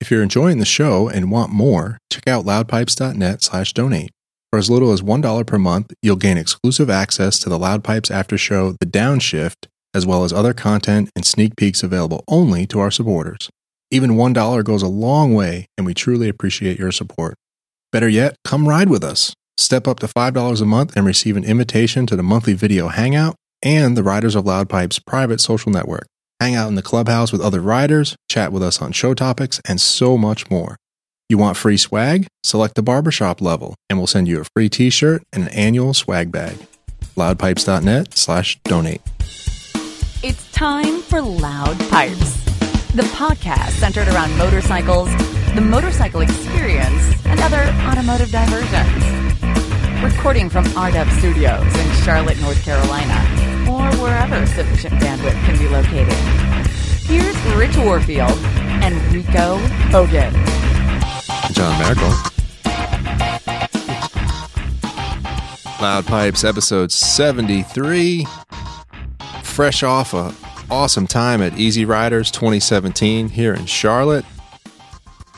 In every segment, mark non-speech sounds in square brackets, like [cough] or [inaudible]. If you're enjoying the show and want more, check out loudpipes.net slash donate. For as little as $1 per month, you'll gain exclusive access to the Loudpipes After Show, The Downshift, as well as other content and sneak peeks available only to our supporters. Even $1 goes a long way, and we truly appreciate your support. Better yet, come ride with us. Step up to $5 a month and receive an invitation to the monthly video hangout and the Riders of Loud Pipe's private social network. Hang out in the clubhouse with other riders, chat with us on show topics, and so much more. You want free swag? Select the barbershop level, and we'll send you a free t shirt and an annual swag bag. Loudpipes.net slash donate. It's time for Loud Pipes, the podcast centered around motorcycles, the motorcycle experience, and other automotive diversions. Recording from RDEV Studios in Charlotte, North Carolina, or wherever sufficient bandwidth can be located. Here's Rich Warfield and Rico Hogan. John Miracle. Loud Pipes episode 73. Fresh off a awesome time at Easy Riders 2017 here in Charlotte.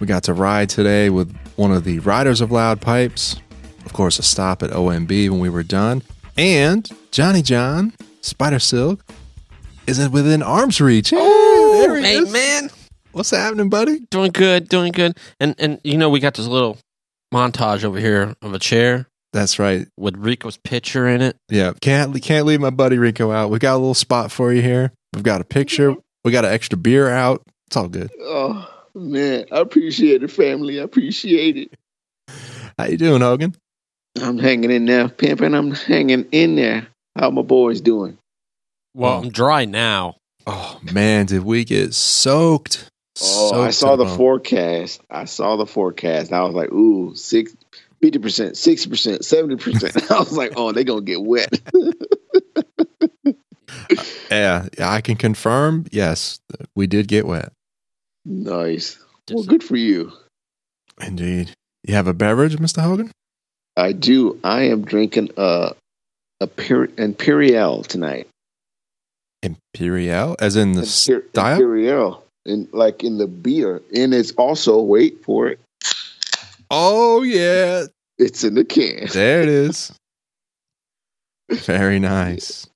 We got to ride today with one of the riders of Loud Pipes. Of course, a stop at OMB when we were done. And Johnny John, Spider Silk, is within arm's reach. Hey, there he Hey, is. man. What's happening, buddy? Doing good, doing good. And and you know, we got this little montage over here of a chair That's right. with Rico's picture in it. Yeah, can't can't leave my buddy Rico out. We got a little spot for you here. We've got a picture. We got an extra beer out. It's all good. Oh man, I appreciate it, family. I appreciate it. How you doing, Hogan? I'm hanging in there, pimping. I'm hanging in there. How my boys doing? Well, Oh. I'm dry now. Oh man, did we get soaked? Oh, Soaked I to saw the bone. forecast. I saw the forecast. I was like, ooh, six. 50%, 60%, 70%. [laughs] I was like, oh, they going to get wet. Yeah, yeah, I can confirm. Yes, we did get wet. nice. Well, Just- good for you. Indeed. You have a beverage, Mister Hogan? I do. I am drinking uh, a Pir- Imperial tonight. Imperial, as in the Imper- style. Imperial. And like in the beer. And it's also, wait for it, Oh yeah, it's in the can. there it is. Very nice.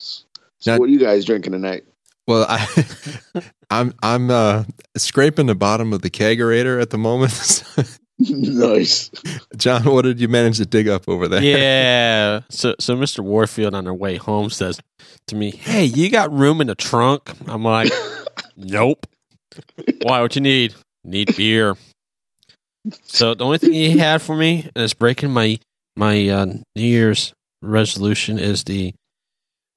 So Now- what are you guys drinking tonight? [laughs] Well, I, [laughs] I'm I'm uh, scraping the bottom of the kegerator at the moment. [laughs] nice. John, what did you manage to dig up over there? [laughs] yeah. So so Mr. Warfield on our way home says to me, Hey, you got room in the trunk? I'm [laughs] like, Nope. Why, what you need? Need beer. So the only thing he had for me and it's breaking my my uh, New Year's resolution is the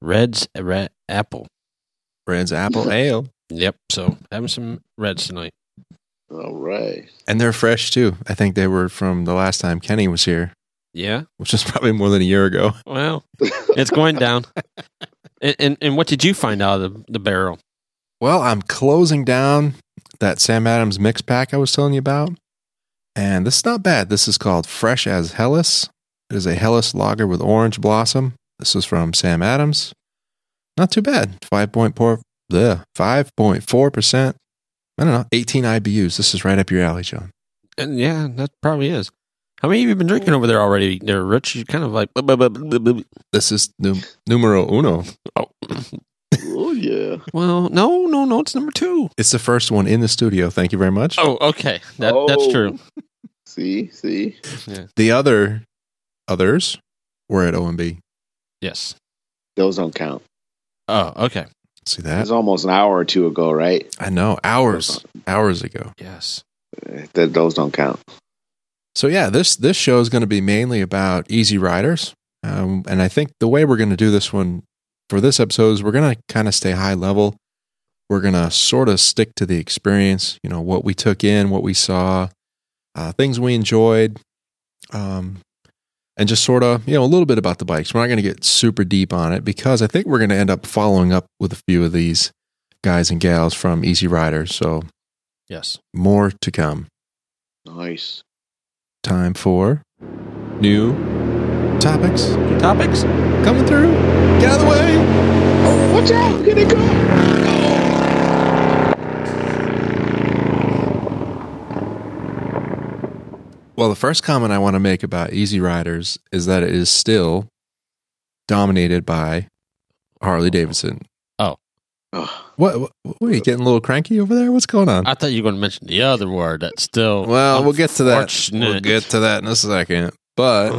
Reds red apple. Brand's apple ale, Yep. So having some reds tonight. All right. and they're fresh too. I think they were from the last time Kenny was here, Yeah. which is [laughs] probably more than a year ago. Well, [laughs] it's going [laughs] down. And, and and what did you find out of the barrel? Well, I'm closing down that Sam Adams mix pack I was telling you about, and this is not bad. This is called Fresh as Hellas. It is a Hellas lager with orange blossom. This is from Sam Adams. Not too bad. Five point four. The five point four percent. I don't know. Eighteen IBUs. This is right up your alley, John. And yeah, that probably is. How many have you been drinking over there already, there, Rich? You're kind of like. "Blah, blah, blah, blah, blah, blah." This is num- numero uno. Oh yeah. [laughs] Well, no, no, no. It's number two. It's the first one in the studio. Thank you very much. Oh, okay. That, That's Oh. true. See, see. The other others were at OMB. Yes. Those don't count. Oh, okay. See It that? was almost an hour or two ago, right? I know. Hours, hours ago. Yes. That those don't count. So yeah, this this show is going to be mainly about Easy Riders, um, and I think the way we're going to do this one for this episode is we're going to kind of stay high level. We're going to sort of stick to the experience, you know, what we took in, what we saw, uh, things we enjoyed, um, and just sort of you know a little bit about the bikes. We're not going to get super deep on it because I think we're going to end up following up with a few of these guys and gals from Easy Riders. So Yes. more to come Nice. time for new topics Topics. coming through. Get out of the way. Oh, watch out! Here they come. Oh. Well, the first comment I want to make about Easy Riders is that it is still dominated by Harley Davidson. Ugh. What, what, what are you getting a little cranky over there? What's going on? I thought you were going to mention the other word that's still. Well, we'll get to that. unfortunate. We'll get to that in a second. But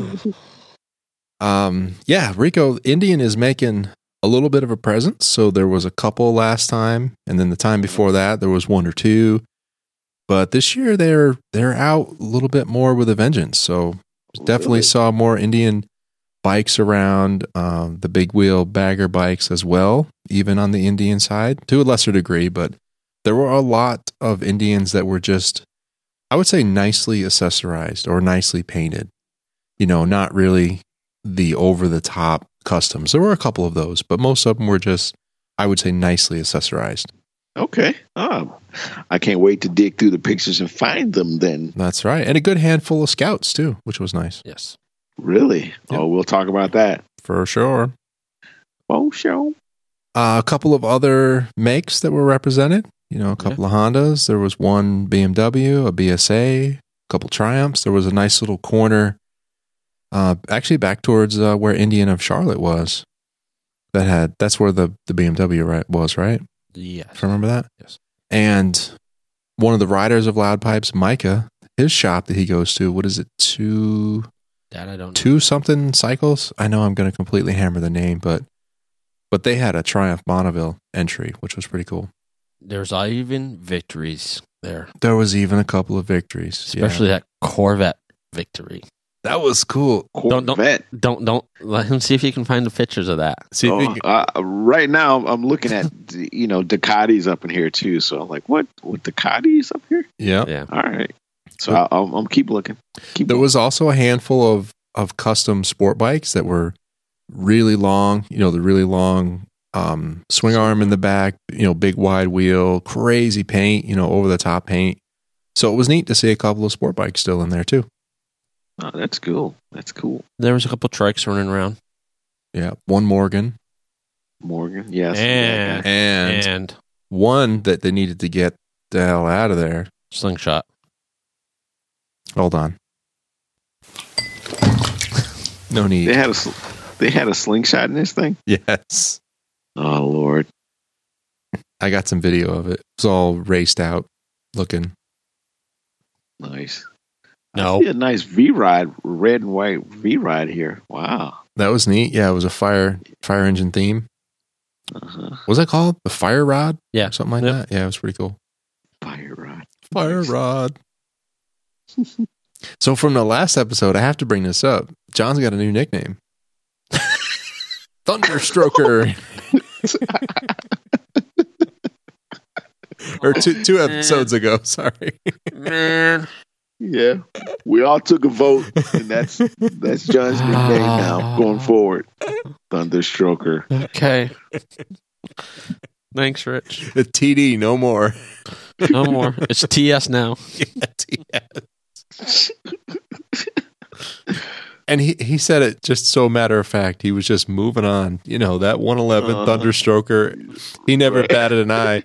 um, yeah, Rico Indian is making a little bit of a presence. So there was a couple last time, and then the time before that there was one or two. But this year they're they're out a little bit more with a vengeance. So definitely Really? saw more Indian bikes around um, the big wheel bagger bikes as well, even on the Indian side to a lesser degree. But there were a lot of Indians that were just, I would say, nicely accessorized or nicely painted. You know, not really the over the top customs. There were a couple of those, but most of them were just, I would say, nicely accessorized. Okay. Oh, I can't wait to dig through the pictures and find them then. That's right. And a good handful of scouts too, which was nice Yes. Really? Oh, we'll talk about that. for sure. Oh, show. Uh, a couple of other makes that were represented. You know, a couple of Hondas. There was one BMW, a BSA, a couple Triumphs. There was a nice little corner, uh, actually back towards uh, where Indian of Charlotte was. That had that's where the the BMW right was right. Yes. If I remember that. Yes. And one of the riders of Loud Pipes, Micah, his shop that he goes to. What is it? Two That I don't. two something cycles. I know I'm going to completely hammer the name, but but they had a Triumph Bonneville entry, which was pretty cool. There's even victories there, There was even a couple of victories, Yeah. especially that Corvette victory. that was cool. Don't- don't- Corvette. Don't don't let him see if he can find the pictures of that. See, if you Oh, can- uh, right now, I'm looking at [laughs] you know Ducatis up in here too. So I'm like, what? What Ducatis up here? yeah. Yeah. All right. So I, I'll, I'll keep looking. Keep There was also a handful of of custom sport bikes that were really long. You know, the really long um, swing arm in the back. You know, big wide wheel, crazy paint. You know, over the top paint. So it was neat to see a couple of sport bikes still in there too. Oh, that's cool. That's cool. There was a couple trikes running around, Yeah, one Morgan Morgan. Yes. And- and and one that they needed to get the hell out of there. slingshot. Hold on. No They need. had a sl- they had a slingshot in this thing. Yes. Oh Lord. I got some video of it. It's all raced out looking. Nice. No, Yeah, nice V ride, red and white V ride here. Wow. That was neat. Yeah, it was a fire fire engine theme. Uh-huh. What was that called? The fire rod? [laughs] Yeah. Something like Yep. that. Yeah, it was pretty cool. Fire ride. Fire rod. [laughs] so from the last episode, I have to bring this up. John's got a new [laughs] nickname. [laughs] Thunderstroker. or two two episodes ago, sorry. man. Yeah. We all took a vote, and that's that's John's nickname now going forward. Thunderstroker. Okay. Thanks, Rich. The TD, no more. No more. It's TS now. [laughs] and he, he said it just so matter of fact. He was just moving on. You know, that 111 Uh. Thunderstroker, he never Right. batted an eye.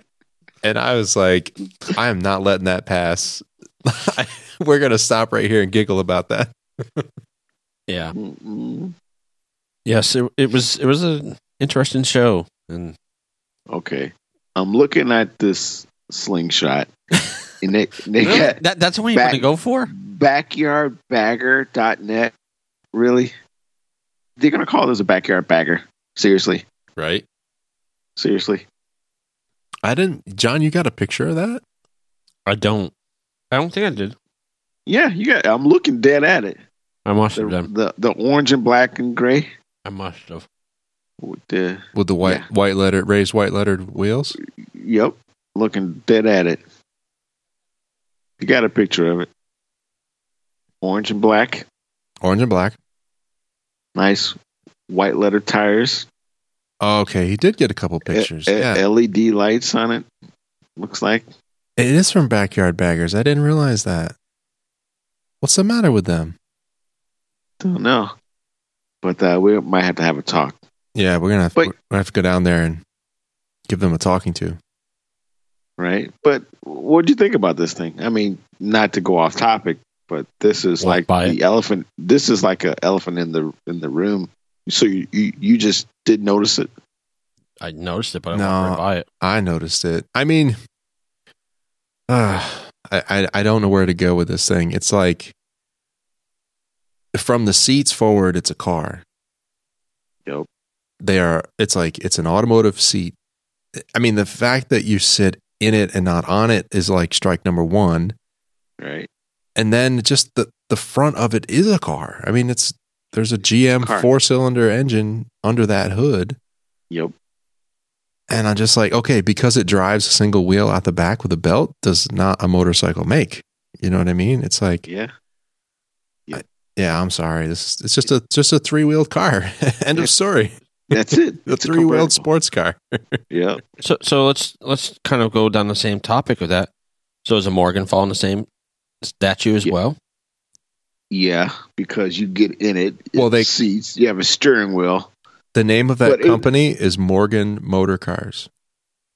And I was like, I am not letting that pass. [laughs] We're going to stop right here and giggle about that. Yeah. Mm-mm. Yes. It, it was. It was an interesting show, and Okay. I'm looking at this slingshot, and they, they [laughs] Really? got that, that's what you want to Back- go for. backyardbagger.net. Really? They're going to call this a backyard bagger. Seriously. Right. Seriously. I didn't, John, you got a picture of that? I don't. I don't think I did. Yeah, you got I'm looking dead at it. I must The have done. the, the orange and black and gray I must have. with the With the white, Yeah. white letter, raised white lettered wheels. yep, looking dead at it. You got a picture of it. Orange and black, Orange and black. nice white letter tires, Okay. He did get a couple e- pictures. e- yeah. LED lights on it. Looks like It is from Backyard Baggers. I didn't realize that. What's the matter with them? don't know, but uh, we might have to have a talk. Yeah, we're gonna have, But- we're gonna have to go down there and give them a talking to. right? But what do you think about this thing? I mean, not to go off topic, but this is Walk like by the elephant. This is like a elephant in the in the room. So you you, you just did notice it. I noticed it, but I No. walked right by it. I noticed it. I mean, uh, I, I I don't know where to go with this thing. It's like from the seats forward, it's a car. Yep. They are. It's like it's an automotive seat. I mean, the fact that you sit in it and not on it is like strike number one. Right. And then just the the front of it is a car. I mean, it's there's a GM Car. four cylinder engine under that hood. Yep. And I'm just like, okay, because it drives a single wheel out the back with a belt, does not a motorcycle make? You know what I mean? It's like, Yeah. yeah, I'm sorry, this is, it's just a just a three wheeled car. [laughs] End Yeah. of story. That's it. [laughs] The It's a three wheeled convertible. sports car. Yep. So so let's let's kind of go down the same topic with that. So is a Morgenfall in the same statue as Yeah. well? Yeah, because you get in it. it Well, they- seats. You have a steering wheel. The name of that But it- company is Morgan Motor Cars.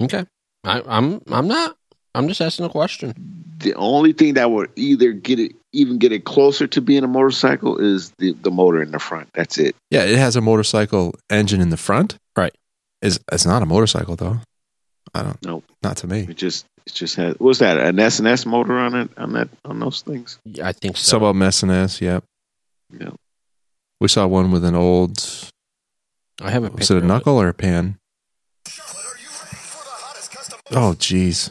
Okay. I, I'm I'm not I'm just asking a question. The only thing that would either get it even get it closer to being a motorcycle is the the motor in the front. That's it. Yeah, it has a motorcycle engine in the front. Right. Is it's not a motorcycle though. I don't Nope. Not to me. It just it just has what's that an S and S motor on it on that on those things. Yeah, I think so. Some of them S, yep. Yeah. We saw one with an old I have a picture. was it a of knuckle or a pan? Oh jeez.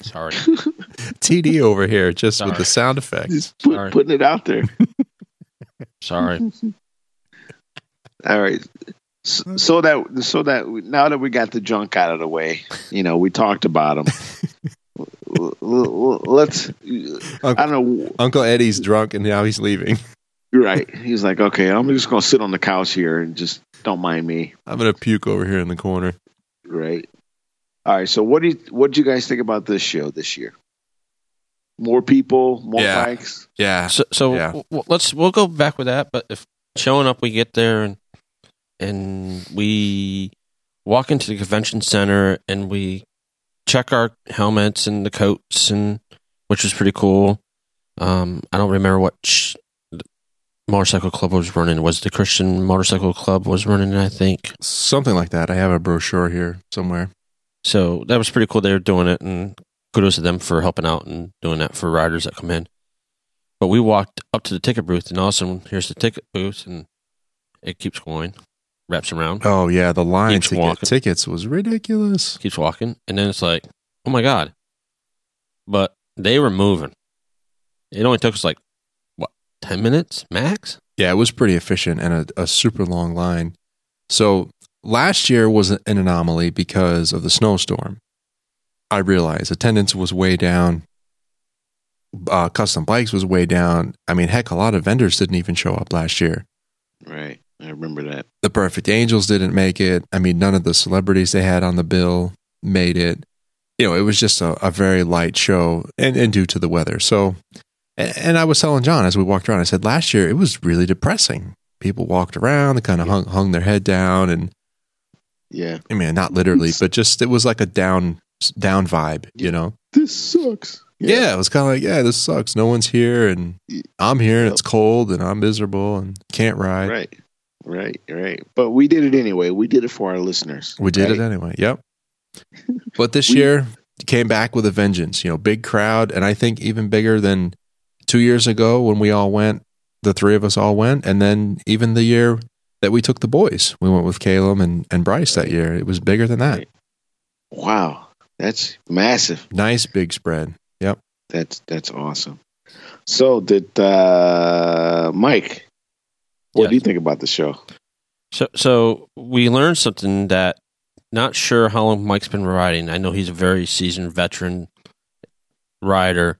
Sorry. TD over here just with the Sorry. sound effects. Just put, Sorry. putting it out there. Sorry. [laughs] All right. So, so that so that we- now that we got the junk out of the way, you know, we talked about them. Let's. I don't know. Uncle Eddie's drunk and now he's leaving. You're right. He's like, okay, I'm just gonna sit on the couch here and just don't mind me. I'm gonna puke over here in the corner. Right. All right. So what do you, what do you guys think about this show this year? More people, more Yeah. bikes. Yeah. So, so Yeah. w- w- let's we'll go back with that. But if showing up, we get there and and we walk into the convention center and we check our helmets and the coats and which was pretty cool. Um, I don't remember what sh- the motorcycle club was running. Was the Christian motorcycle club was running? I think Something like that. I have a brochure here somewhere. so. That was pretty cool. They were doing it, and kudos to them for helping out and doing that for riders that come in. But we walked up to the ticket booth, and all of a sudden, here's the ticket booth, and it keeps going, wraps around, Oh yeah, the line Keeps to walking. get tickets was ridiculous. keeps walking, and then it's like, oh my god! But they were moving. It only took us like what ten minutes max. Yeah, it was pretty efficient and a, a super long line. So last year was an anomaly because of the snowstorm. I realize attendance was way down. Uh, custom bikes was way down. I mean, heck, a lot of vendors didn't even show up last year. Right. I remember that. The Perfect Angels didn't make it. I mean, none of the celebrities they had on the bill made it. You know, it was just a, a very light show and, and due to the weather. So, and, and I was telling John as we walked around, I said, last year it was really depressing. People walked around, they kind of hung, hung their head down and Yeah. I mean, not literally, but just it was like a down, down vibe, you know? This sucks. Yeah. it was kind of like, yeah, this sucks. No one's here and I'm here and it's cold and I'm miserable and can't ride. Right. Right. Right. But we did it anyway. We did it for our listeners. We did right? it anyway. [laughs] Yep. But this We- year came back with a vengeance. You know, big crowd, and I think even bigger than two years ago when we all went. The three of us all went, and then even the year that we took the boys, we went with Caleb and, and Bryce that year. It was bigger than that. Right. Wow. That's massive. Nice big spread. That's that's awesome. So did uh Mike. What do you Yes. think about the show? So, so we learned something that not sure how long Mike's been riding. I know he's a very seasoned veteran rider,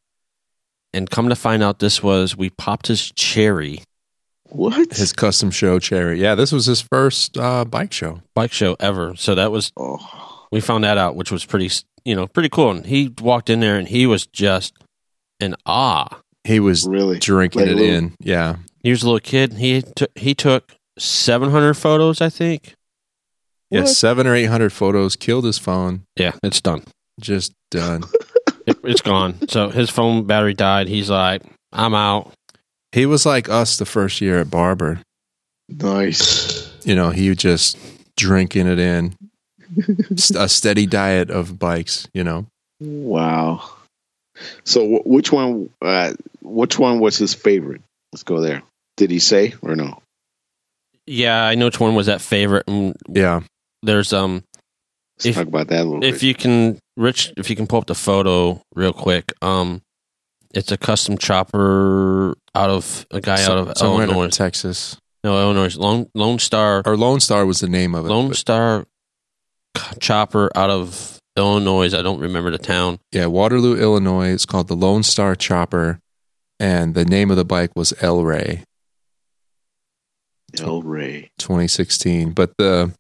and come to find out, this was we popped his cherry What? His custom show cherry. Yeah, this was his first uh, bike show. bike show ever. So that was oh. we found that out, which was pretty you know pretty cool. And he walked in there and he was just an ah. He was Really? drinking Like it a little- in. Yeah, He was a little kid. And he took he took seven hundred photos, I think. yeah, What? seven or eight hundred photos. Killed his phone. Yeah, it's done. Just done. [laughs] It- it's gone. So his phone battery died. He's like, I'm out. He was like us the first year at Barber. Nice. You know, he just drinking it in, St- a steady diet of bikes. You know, Wow. So wh- which one? Uh, which one was his favorite? Let's go there. Did he say or no? Yeah, I know which one was that favorite. And yeah, there's um, Let's If- talk about that a little if bit. you can, Rich, if you can pull up the photo real quick. Um, it's a custom chopper out of a guy So- out of somewhere in Illinois. Texas No, Illinois. Lone Lone Star or Lone Star was the name of it. Lone but Star c- chopper out of Illinois. I don't remember the town. yeah, Waterloo, Illinois. It's called the Lone Star Chopper, and the name of the bike was El Rey. El Rey. 2016. But the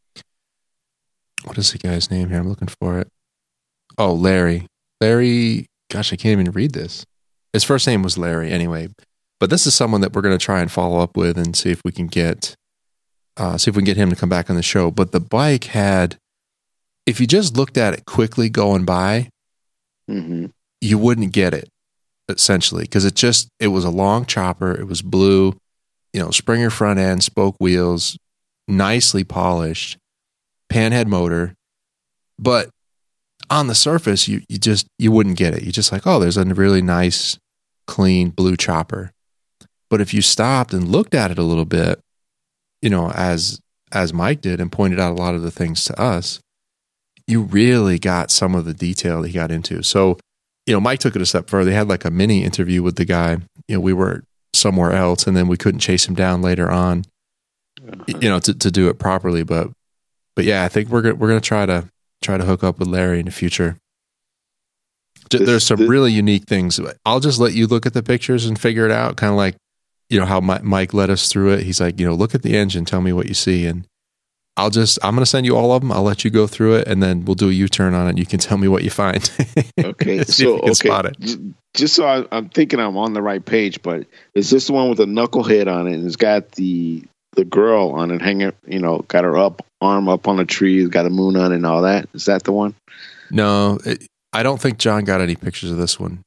what is the guy's name here? I'm looking for it. Oh, Larry. Larry. Gosh, I can't even read this. His first name was Larry, anyway. But this is someone that we're going to try and follow up with and see if we can get, uh, see if we can get him to come back on the show. But the bike had, if you just looked at it quickly going by, hmm you wouldn't get it essentially because it just it was a long chopper it was blue you know springer front end spoke wheels nicely polished panhead motor but on the surface you, you just you wouldn't get it you just like oh there's a really nice clean blue chopper but if you stopped and looked at it a little bit you know as as mike did and pointed out a lot of the things to us you really got some of the detail that he got into so you know, Mike took it a step further. They had like a mini interview with the guy. You know, we were somewhere else, and then we couldn't chase him down later on. y- You know, to, to do it properly. But but yeah, I think we're gonna, we're gonna try to try to hook up with Larry in the future. J- This- There's some this- really unique things. I'll just let you look at the pictures and figure it out. Kind of like you know how Mi- Mike led us through it. He's like, you know, look at the engine, tell me what you see, and I'll just I'm gonna send you all of them. I'll let you go through it, and then we'll do a U-turn on it. and You can tell me what you find. [laughs] Okay. See if so you can okay. spot it. J- Just so I, I'm thinking I'm on the right page, but is this the one with the knucklehead on it? And it's got the the girl on it hanging. You know, got her up arm up on a tree. It's got a moon on it and all that. Is that the one? No, it, I don't think John got any pictures of this one.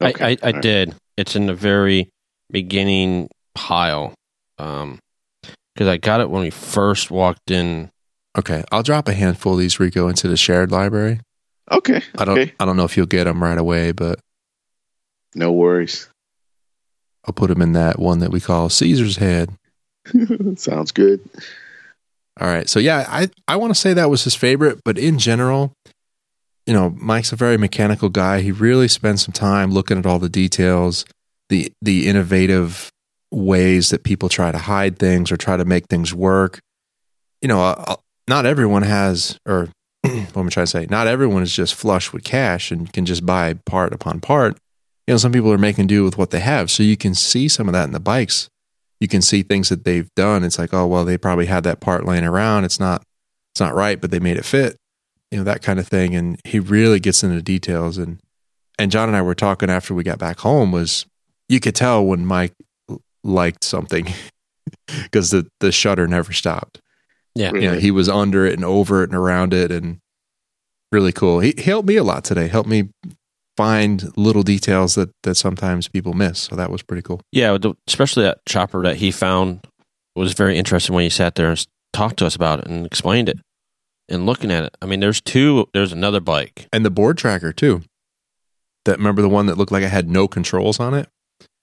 I, I, I all right. did. It's in the very beginning pile. Um 'cause because I got it when we first walked in. Okay, I'll drop a handful of these Rico into the shared library. Okay. I don't, Okay. I don't know if you'll get them right away, but No [laughs] worries. I'll put them in that one that we call Caesar's Head. Sounds good. All right, so yeah, I I want to say that was his favorite, but in general, you know, Mike's a very mechanical guy. He really spends some time looking at all the details, the the innovative ways that people try to hide things or try to make things work. You know, uh, not everyone has, or [clears throat] what am I trying to say? Not everyone is just flush with cash and can just buy part upon part. You know, some people are making do with what they have, so you can see some of that in the bikes. You can see things that they've done. It's like, oh well, they probably had that part laying around. It's not, it's not right, but they made it fit. You know that kind of thing. And he really gets into details. And and John and I were talking after we got back home. Was you could tell when Mike l- liked something [laughs] because the the shutter never stopped Yeah. Mm-hmm. you know, he was under it and over it and around it and really cool. He, he helped me a lot today. Helped me find little details that that sometimes people miss. So that was pretty cool. Yeah, the- especially that chopper that he found was very interesting when he sat there and s- talked to us about it and explained it and looking at it. I mean, there's two. There's another bike And the board tracker too. That remember the one that looked like I had no controls on it,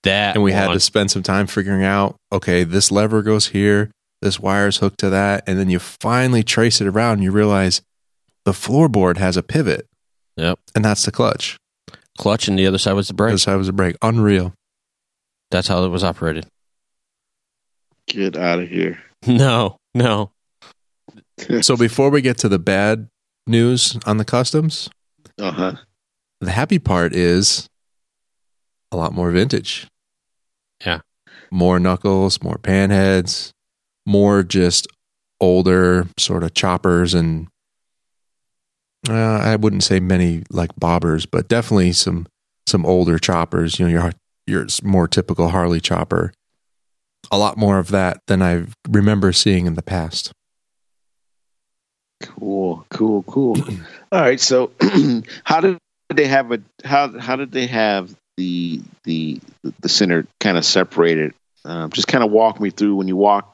that and we had one- to spend some time figuring out. Okay, this lever goes here. This wire's hooked to that, and then you finally trace it around. and You realize the floorboard has a pivot, yep and that's the clutch. clutch, and the other side was the brake. This side was a brake. Unreal. That's how it was operated. [laughs] Get out of here. [laughs] No, no. So before we get to the bad news on the customs, Uh huh. the happy part is a lot more vintage. Yeah. More knuckles, more panheads, more just older sort of choppers and uh, I wouldn't say many like bobbers, but definitely some some older choppers, you know, your your more typical Harley chopper. A lot more of that than I remember seeing in the past. Cool, cool, [clears throat] cool. All right. So, how did they have a how how did they have the the the center kind of separated. Um, just kind of walk me through when you walk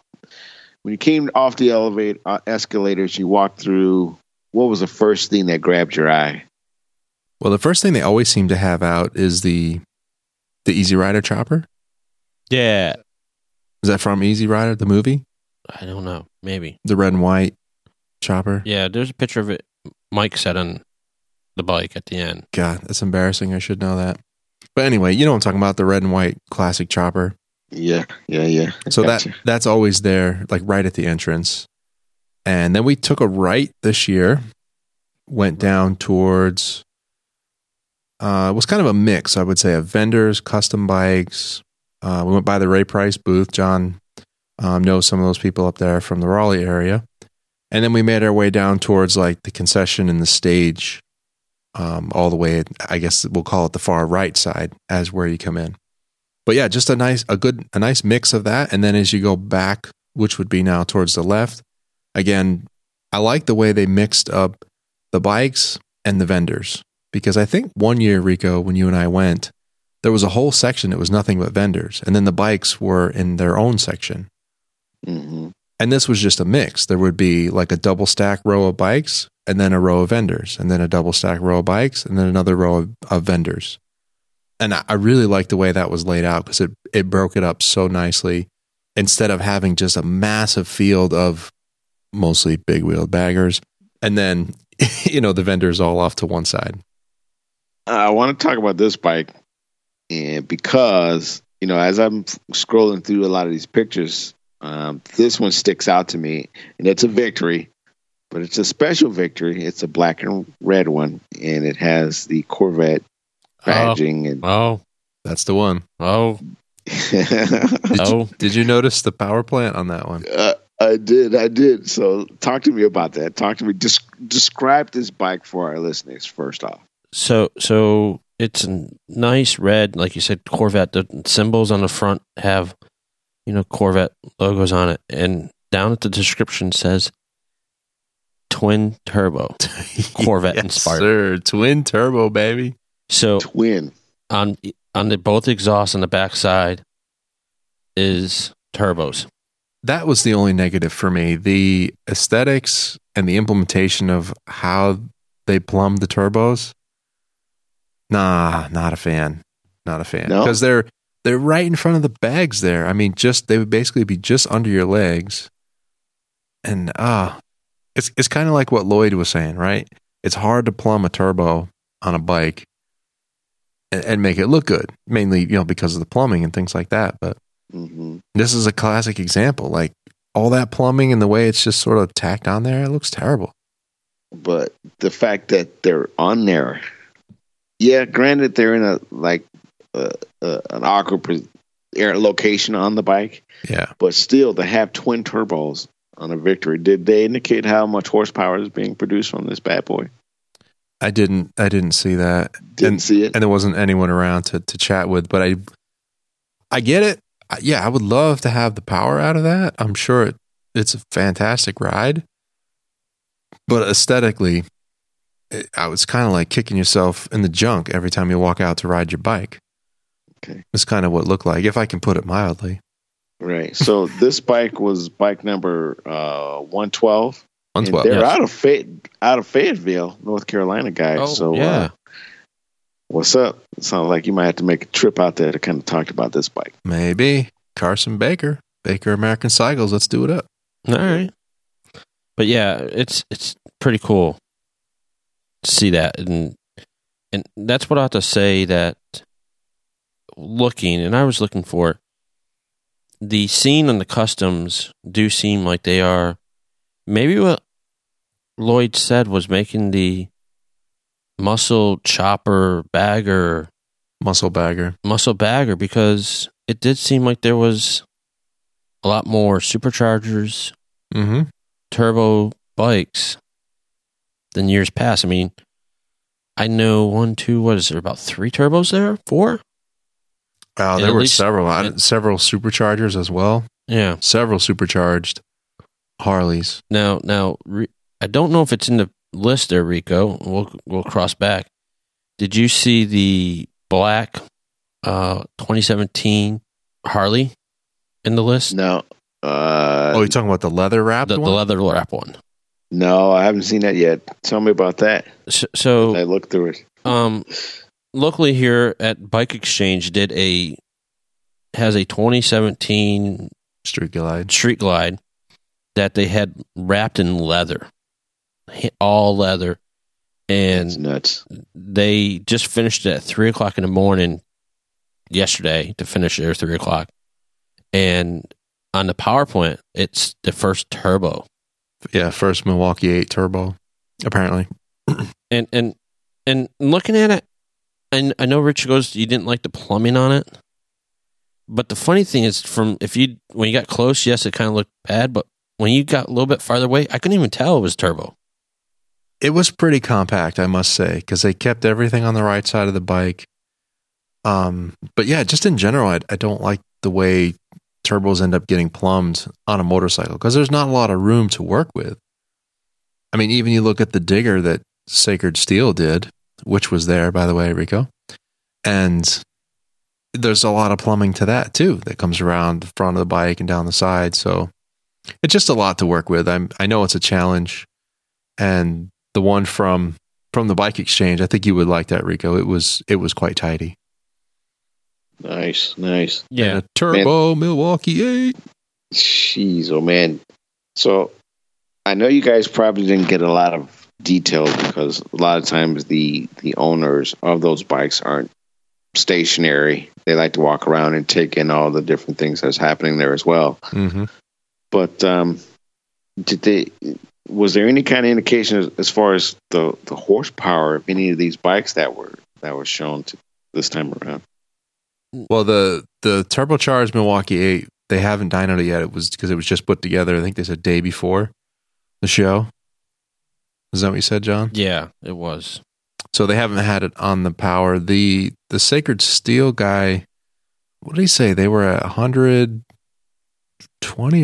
when you came off the elevator uh, escalators. You walked through. What was the first thing that grabbed your eye? Well, the first thing they always seem to have out is the the Easy Rider chopper. Yeah. Is that from Easy Rider, the movie? I don't know. Maybe. The red and white chopper? Yeah, there's a picture of it. Mike said on the bike at the end. God, that's embarrassing. I should know that. But anyway, you know what I'm talking about, the red and white classic chopper. Yeah, yeah, yeah. I So that gotcha. that's always there, like right at the entrance. And then we took a right this year, went down towards uh it was kind of a mix, I would say, of vendors, custom bikes. Uh we went by the Ray Price booth. John um, knows some of those people up there from the Raleigh area. And then we made our way down towards like the concession and the stage, um, all the way I guess we'll call it the far right side as where you come in but yeah, just a nice, a good, a nice mix of that. And then as you go back, which would be now towards the left, again, I like the way they mixed up the bikes and the vendors because I think one year, Rico, when you and I went, there was a whole section that was nothing but vendors, and then the bikes were in their own section. Mhm. And this was just a mix. There would be like a double stack row of bikes and then a row of vendors, and then a double stack row of bikes and then another row of, of vendors. And I, I really liked the way that was laid out because it, it broke it up so nicely instead of having just a massive field of mostly big wheeled baggers and then, [laughs] you know, the vendors all off to one side. I want to talk about this bike, and because you know, as I'm scrolling through a lot of these pictures, um, this one sticks out to me, and it's a victory, but it's a special victory. It's a black and red one, and it has the Corvette badging, and [laughs] Oh, That's the one. oh, Did, oh. you, did you notice the power plant on that one? [laughs] uh, I did, I did. So talk to me about that. Talk to me. Des- describe this bike for our listeners first off. So, so it's a nice red, like you said, Corvette. The symbols on the front have, you know, Corvette logos on it, and down at the description says twin turbo Corvette inspired. Sir, twin turbo, baby. So Twin. on on the both exhausts on the backside is turbos. that was the only negative for me. The aesthetics and the implementation of how they plumbed the turbos. Nah, not a fan. Not a fan. No? Because they're they're right in front of the bags there. I mean, just they would basically be just under your legs. And ah, it's it's kind of like what Lloyd was saying, right? It's hard to plumb a turbo on a bike and, and make it look good, mainly, you know, because of the plumbing and things like that, but hmm this is a classic example. Like all that plumbing and the way it's just sort of tacked on there, it looks terrible. but the fact that they're on there, yeah, granted they're in a like uh, uh, an awkward pos- air location on the bike, Yeah. but still to have twin turbos on a Victory, did they indicate how much horsepower is being produced from this bad boy? I didn't I didn't see that. Didn't And- see it. And there wasn't anyone around to, to chat with, but I I get it. I- Yeah, I would love to have the power out of that. I'm sure it, it's a fantastic ride. But aesthetically, it, I was kind of like kicking yourself in the junk every time you walk out to ride your bike. Okay. It's kind of what it looked like, if I can put it mildly. Right. So this bike was bike number uh, one twelve. Once And well, they're yes. out of Fay- out of Fayetteville, North Carolina, guys. so uh, what's up? Sounds like you might have to make a trip out there to kind of talk about this bike. Maybe Carson Baker, Baker American Cycles. Let's do it up. All right. But yeah, it's it's pretty cool to see that and and that's what I have to say that looking and I was looking for the scene and the customs do seem like they are maybe what Lloyd said was making the muscle chopper bagger Muscle bagger. muscle bagger because it did seem like there was a lot more superchargers Mm-hmm. turbo bikes than years past. I mean, I know one, two, what is there, about three turbos there? Four? Oh, And there at were least- several, I- several superchargers as well. Yeah. Several supercharged Harleys. Now, now, re- I don't know if it's in the list there, Rico. We'll, we'll cross back. Did you see the black uh, 2017 Harley in the list? No. Uh, oh, you're talking about the leather wrapped The, the one? leather wrap one. no, I haven't seen that yet. Tell me about that. So, so I looked through it. um, locally here at Bike Exchange did a has a 2017 Street glide. Street Glide that they had wrapped in leather, all leather, It's and nuts. they just finished it at three o'clock in the morning yesterday to finish it at three o'clock. And on the power plant, it's the first turbo. Yeah, first Milwaukee 8 turbo, apparently. And and and looking at it, and I know Rich goes, you didn't like the plumbing on it. But the funny thing is from if you when you got close, yes, it kinda looked bad, but when you got a little bit farther away, I couldn't even tell it was turbo. It was pretty compact, I must say, because they kept everything on the right side of the bike. Um, but yeah, just in general, I, I don't like the way turbos end up getting plumbed on a motorcycle because there's not a lot of room to work with. I mean, even you look at the digger that Sacred Steel did, which was there, by the way, Rico, and there's a lot of plumbing to that too that comes around the front of the bike and down the side. So it's just a lot to work with. I'm, I know it's a challenge, and the one from from the bike exchange. I think you would like that, Rico. It was it was quite tidy. Nice, nice. And a turbo Milwaukee eight. Jeez, oh man. So I know you guys probably didn't get a lot of detail because a lot of times the the owners of those bikes aren't stationary. They like to walk around and take in all the different things that's happening there as well. Mm-hmm. But um, did they? Was there any kind of indication as, as far as the the horsepower of any of these bikes that were that were shown to this time around? Well, the the turbocharged Milwaukee eight. They haven't dynoed it yet. It was because it was just put together. I think they said day before the show. Is that what you said, John? Yeah, it was. So they haven't had it on the power. The the Sacred Steel guy, what did he say? They were at 120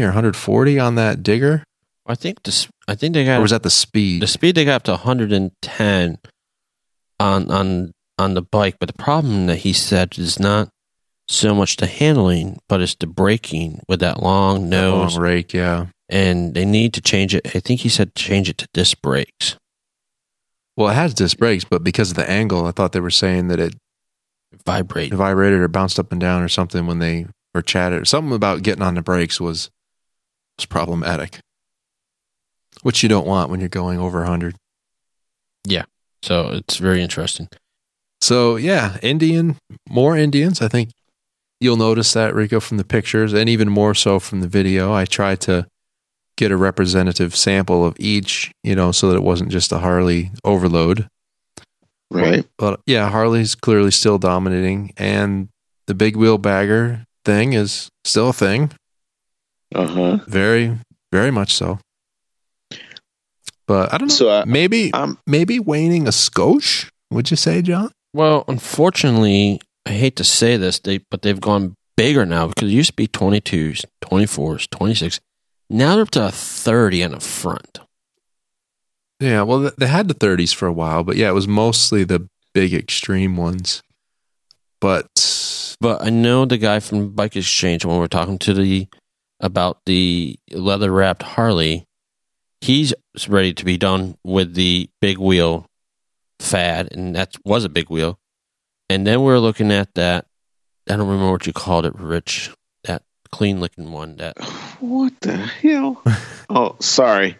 or 140 on that digger? I think this. I think they got Or was that the speed? the speed they got up to 110 on on on the bike. But the problem that he said is not so much the handling, but it's the braking with that long nose, Long Oh, rake, yeah. and they need to change it. I think he said change it to disc brakes. Well, it has disc brakes, but because of the angle, I thought they were saying that it Vibrate. vibrated or bounced up and down or something when they or chatted or something about getting on the brakes was was problematic, which you don't want when you're going over 100. So it's very interesting. So yeah, Indian, more Indians. I think you'll notice that Rico from the pictures, and even more so from the video. I tried to get a representative sample of each, you know, so that it wasn't just a Harley overload. Right. But yeah, Harley's clearly still dominating, and the big wheel bagger thing is still a thing. Uh huh. Very, very much so. But I don't know. So uh, I, maybe, I'm maybe waning a skosh. Would you say, John? Well, unfortunately, I hate to say this, they but they've gone bigger now because it used to be 22s, 24s, 26. Now they're up to a 30 on the front. Yeah. Well, th- they had the 30s for a while, but yeah, it was mostly the big extreme ones. But But I know the guy from Bike Exchange when we were talking to the about the leather wrapped Harley, he's ready to be done with the big wheel fad, and that was a big wheel. And then we are looking at that. I don't remember what you called it, Rich. That clean looking one. That What the hell? oh, sorry.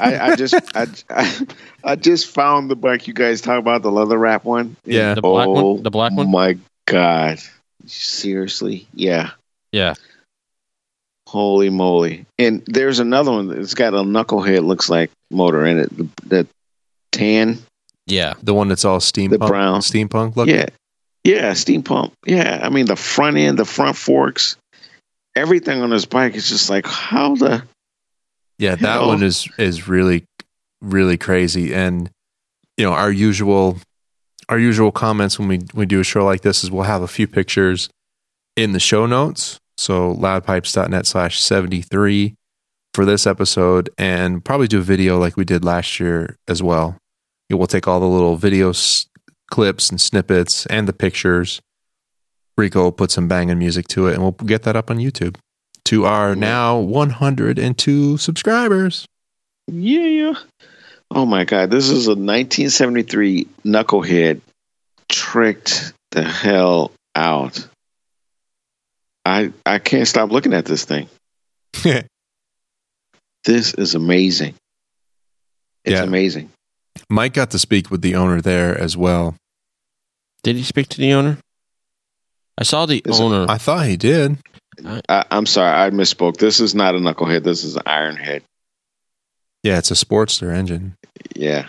I, I just I, [laughs] I, I just found the bike you guys talk about the leather wrap one. yeah, the black oh, one. The black one. My God! Seriously, yeah. Yeah. Holy moly! And there's another one that's got a knucklehead looks like motor in it. The, the tan, Yeah. the one that's all steampunk, brown. steampunk look. yeah, yeah, steam pump. Yeah, I mean the front end, the front forks, everything on this bike is just like how the Yeah, that Hell. one is is really really crazy and you know, our usual our usual comments when we we do a show like this is we'll have a few pictures in the show notes. So loudpipes.net slash 73 for this episode and probably do a video like we did last year as well. You know, We'll take all the little video s- clips and snippets and the pictures Rico will put some banging music to it, and we'll get that up on YouTube to our now 102 subscribers. Yeah. Oh my god, this is a 1973 knucklehead tricked the hell out. I I can't stop looking at this thing. This is amazing. It's Yeah. amazing. Mike got to speak with the owner there as well. Did he speak to the owner? I saw the Is it- owner. I thought he did. I, I'm sorry, I misspoke. This is not a knucklehead. This is an ironhead. Yeah, it's a Sportster engine. Yeah.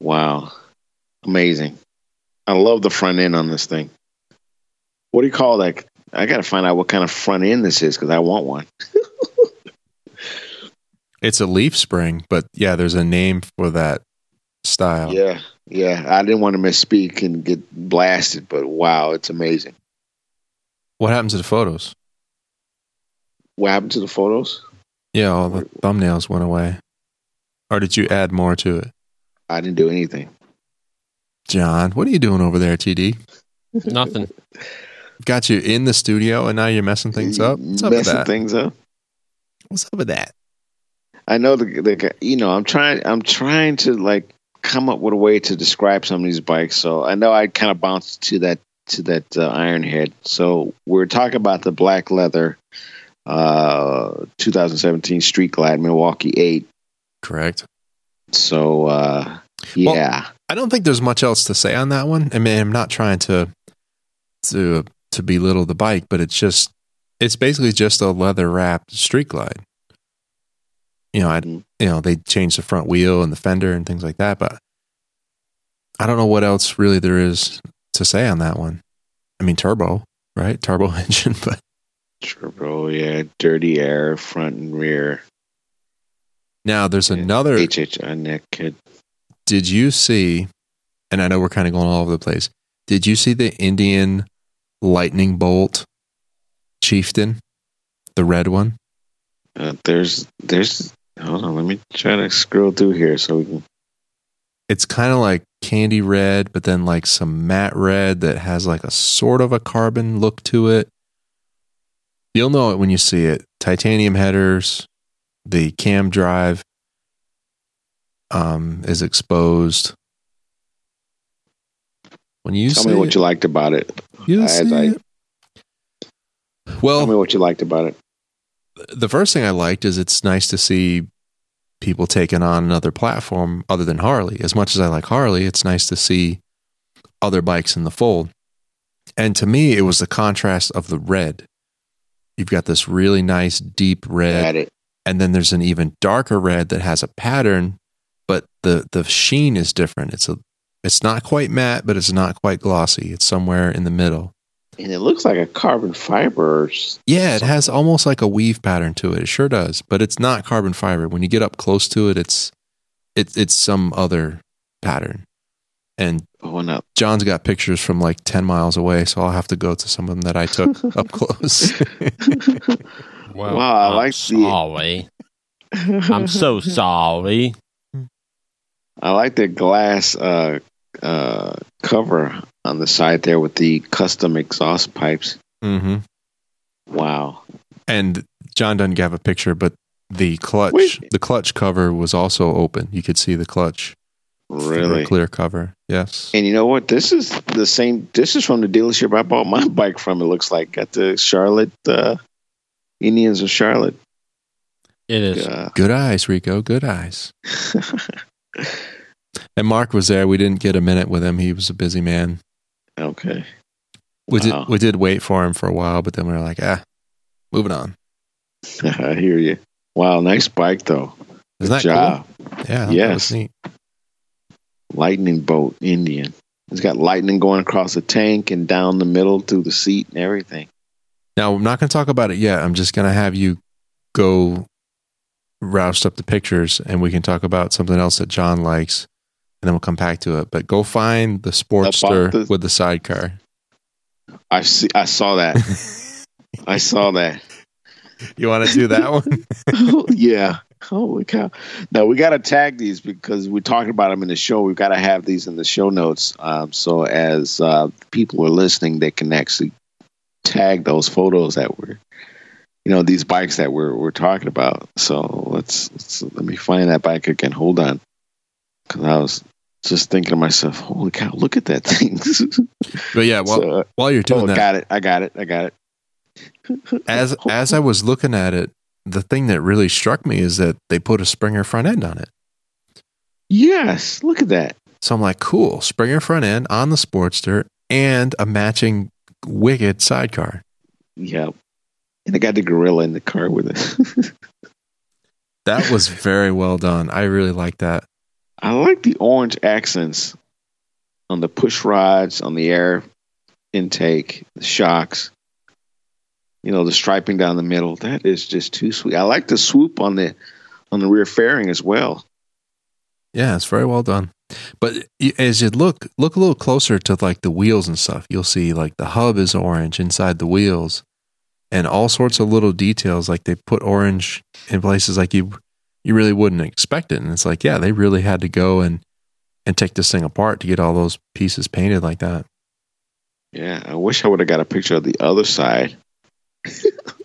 Wow. Amazing. I love the front end on this thing. What do you call that? I got to find out what kind of front end this is because I want one. It's a leaf spring, but yeah, there's a name for that style. Yeah. Yeah. I didn't want to misspeak and get blasted, but wow, it's amazing. What happens to the photos? What happened to the photos? Yeah, all the thumbnails went away. Or did you add more to it? I didn't do anything. John, what are you doing over there, TD? Nothing. Got you in the studio and now you're messing things up? What's up with Messing that? things up. What's up with that? I know the, the guy- you know I'm trying I'm trying to like come up with a way to describe some of these bikes. So I know I kind of bounced to that to that uh, Ironhead. So we're talking about the black leather, uh, 2017 Street Glide Milwaukee Eight. Correct. So uh, yeah, I don't think there's much else to say on that one. I mean, I'm not trying to to to belittle the bike, but it's just it's basically just a leather wrapped street glide. You know, I Mhm. you know, they changed the front wheel and the fender and things like that, but I don't know what else really there is to say on that one. I mean, turbo, right? Turbo [laughs] engine, but turbo, yeah, dirty air front and rear. now there's another HHI neck kit. did you see and i know we're kind of going all over the place did you see the indian lightning bolt chieftain the red one Uh, there's there's hold on, let me try to scroll through here so we can. it's kind of like candy red but then like some matte red that has like a sort of a carbon look to it you'll know it when you see it titanium headers the cam drive um is exposed when you Tell see me it- what you liked about it. You'll I- see I- it. Tell me Well, what you liked about it. the first thing I liked is it's nice to see people taking on another platform other than Harley. As much as I like Harley, it's nice to see other bikes in the fold. And to me, it was the contrast of the red. You've got this really nice deep red At it. and then there's an even darker red that has a pattern, but the the sheen is different. It's a it's not quite matte, but it's not quite glossy. It's somewhere in the middle. And it looks like a carbon fiber. or s- Yeah, it has almost like a weave pattern to it. It sure does, but it's not carbon fiber. When you get up close to it, it's it's it's some other pattern. And [laughs] Oh, no. John's got pictures from like ten miles away, so I'll have to go to some of them that I [laughs] took up close. Well, Wow, I I'm like the- sorry. I'm so sorry. I like the glass uh, uh, cover on the side there with the custom exhaust pipes. mm-hmm. Wow. And John doesn't have a picture, but the clutch, Wait. the clutch cover was also open. You could see the clutch, through a Really? clear cover. Yes, And you know what? This is the same. This is from the dealership I bought my [laughs] bike from. It looks like got the Charlotte uh, Indians of Charlotte. It is. Uh, [laughs] good eyes, Rico. Good eyes. And Mark was there. We didn't get a minute with him. He was a busy man. okay. [laughs] We Wow. did we did wait for him for a while, but then we were like, ah, moving on. I hear you. Wow. Nice bike though. Isn't that Good job. cool? Yeah, that Yes. was neat. Lightning bolt Indian. It's got lightning going across the tank and down the middle through the seat and everything. Now I'm not going to talk about it yet. I'm just going to have you go roust up the pictures, and we can talk about something else that John likes, and then we'll come back to it. But go find the Sportster the- with the sidecar. I see. I saw that. I saw that. [laughs] You want to do that one? yeah, Holy cow! Now we got to tag these because we talked about them in the show. We've got to have these in the show notes, um, so as uh, people are listening, they can actually tag those photos that were, you know, these bikes that we're we're talking about. So let's, let's let me find that bike again. Hold on, because I was just thinking to myself, "Holy cow! Look at that thing!" [laughs] But yeah, while, So, uh, while you're doing oh, that, got it! I got it! I got it! as as I was looking at it, the thing that really struck me is that they put a Springer front end on it. Yes, look at that. So I'm like, cool, Springer front end on the Sportster and a matching wicked sidecar. Yep. And they got the gorilla in the car with it. [laughs] That was very well done. I really like that. I like the orange accents on the push rods, on the air intake, the shocks. You know, the striping down the middle. That is just too sweet. I like the swoop on the on the rear fairing as well. Yeah, it's very well done. But y- as you look look a little closer to like the wheels and stuff, you'll see like the hub is orange inside the wheels, and all sorts of little details. Like they put orange in places like you you really wouldn't expect it, and it's like yeah, they really had to go and and take this thing apart to get all those pieces painted like that. Yeah, I wish I would have got a picture of the other side.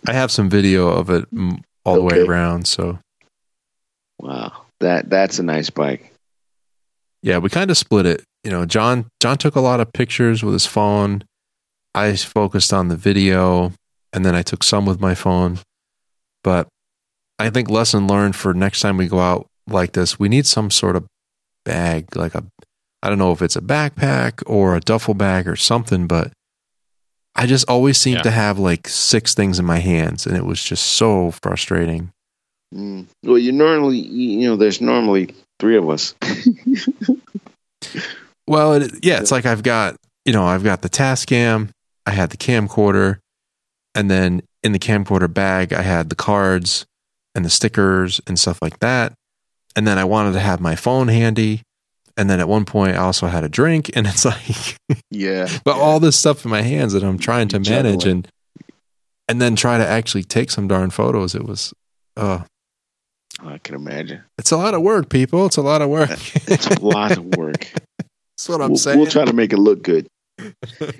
I have some video of it mm, all the way Okay. around, so Wow. That that's a nice bike. yeah we kind of split it you know john john took a lot of pictures with his phone i focused on the video and then i took some with my phone but i think lesson learned for next time we go out like this we need some sort of bag like a i don't know if it's a backpack or a duffel bag or something but i just always seemed Yeah. to have like six things in my hands and it was just so frustrating Mm. Well, you normally you know, there's normally three of us. Well, it, yeah, it's like I've got you know I've got the Tascam, I had the camcorder, and then in the camcorder bag I had the cards and the stickers and stuff like that, and then I wanted to have my phone handy, and then at one point I also had a drink, and [laughs] it's like yeah. but all this stuff in my hands that I'm trying to Juggling. manage and and then try to actually take some darn photos. It was uh Oh, I can imagine. it's a lot of work, people. It's a lot of work. It's [laughs] a lot of work. That's what I'm we'll, saying. we'll try to make it [laughs] look good.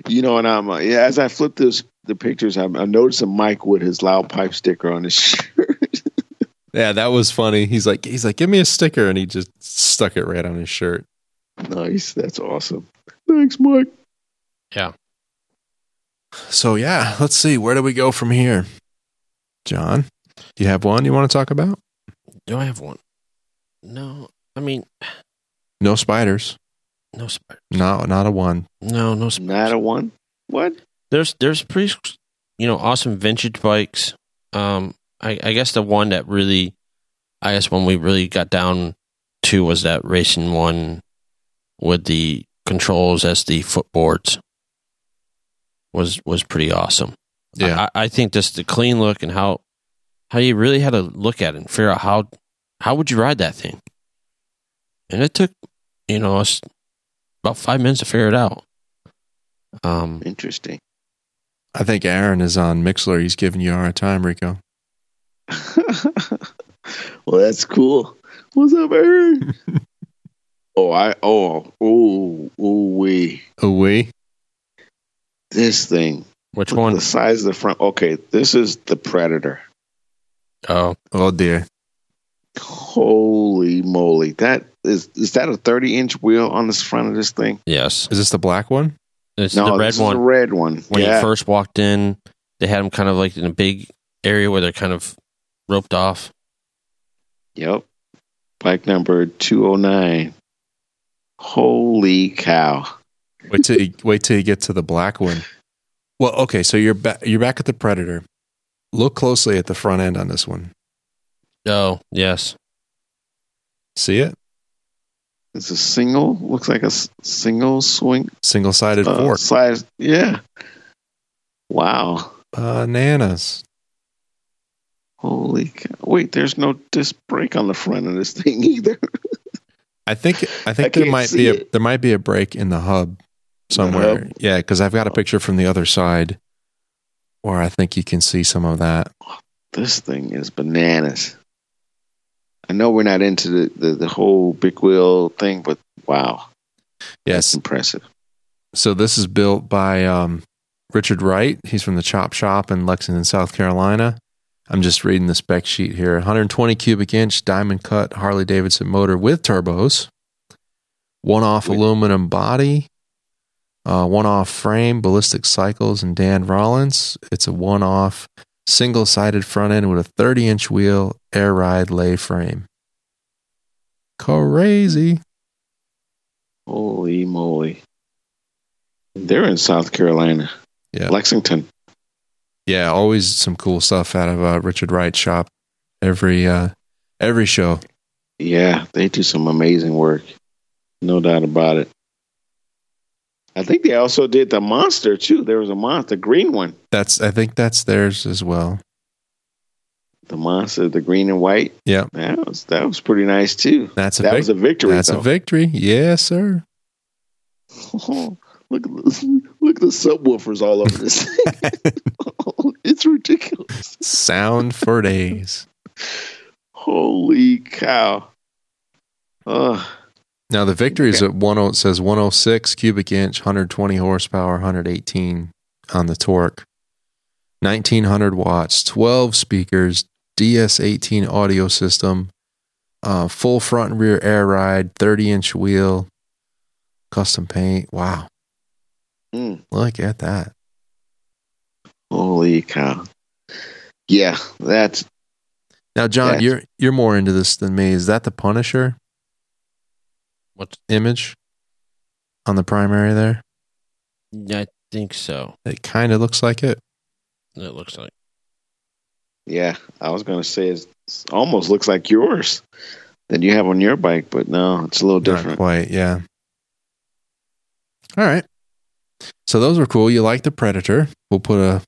you know, and I'm uh, yeah. As I flip this the pictures, I'm, I'm noticing Mike with his loud pipe sticker on his shirt. [laughs] Yeah, that was funny. He's like, he's like, give me a sticker, and he just stuck it right on his shirt. nice, that's awesome. Thanks, Mike. So yeah, let's see, where do we go from here, John? Do you have one you want to talk about? Do I have one? No. I mean, No spiders. no spider. No, not a one. No, no spiders. Not a one. What? there's there's pretty you know awesome vintage bikes um i i guess the one that really i guess when we really got down to was that racing one with the controls as the footboards was was pretty awesome Yeah, I, I think just the clean look and how how you really had to look at it and figure out how how would you ride that thing. And it took you know us about five minutes to figure it out. Um, Interesting. [laughs] I think Aaron is on Mixler. He's giving you a hard time, Rico. well, that's cool. What's [laughs] up, Aaron? oh, I oh oh oh we Oh, we this thing. which Look at one? The size of the front. Okay, this is the Predator. Oh, oh dear. Holy moly! That is is that a thirty inch wheel on this front of this thing? yes, Is this the black one? it's no, the red this one. is the red one. when yeah, you first walked in, they had them kind of like in a big area where they're kind of roped off. yep. Bike number two oh nine. Holy cow! Wait till you, wait till you get to the black one. Well, okay, so you're back. You're back at the Predator. Look closely at the front end on this one. Oh, yes, See it? It's a single. Looks like a s- single swing Single sided uh, fork. size. Yeah. Wow. Bananas. Holy cow! Wait, there's no disc brake on the front of this thing [laughs] either. I think I think there can't might see be a it. there might be a break in the hub somewhere. hub? Yeah, because I've got a picture from the other side where I think you can see some of that. This thing is bananas. I know we're not into the, the, the whole big wheel thing, but wow, that's Yes. impressive. So this is built by um, Richard Wright. He's from the Chop Shop in Lexington, South Carolina. I'm just reading the spec sheet here 120 cubic inch diamond cut Harley Davidson motor with turbos, one off With- aluminum body, uh, one off frame, ballistic cycles, and Dan Rollins. It's a one off single sided front end with a 30 inch wheel air ride lay frame. Crazy. Holy moly. They're in South Carolina. Yeah. Lexington. yeah, always some cool stuff out of uh, Richard Wright's shop. Every uh, every show, Yeah, they do some amazing work. No doubt about it. I think they also did the monster too. There was a monster, the green one. that's I think that's theirs as well. The monster, the green and white. Yeah. That was that was pretty nice too. That's a that vic- was a victory. that's a though. victory, yes, sir. Oh, look at this, look at the subwoofers all over this. [laughs] it's ridiculous. Sound for days. Holy cow. Ugh. Now the victory is at one oh it says one oh six cubic inch, hundred twenty horsepower, hundred eighteen on the torque, nineteen hundred watts, twelve speakers, DS eighteen audio system, uh, full front and rear air ride, thirty inch wheel, custom paint. Wow. Mm. Look at that. Holy cow! Yeah, that's Now, John, Yes. you're you're more into this than me. Is that the Punisher What? image on the primary there? I think so. It kind of looks like it. It looks like. yeah. I was gonna say it's, it's almost looks like yours that you have on your bike, but no, it's a little Not different. quite, yeah. All right. So those were cool. You like the Predator? We'll put a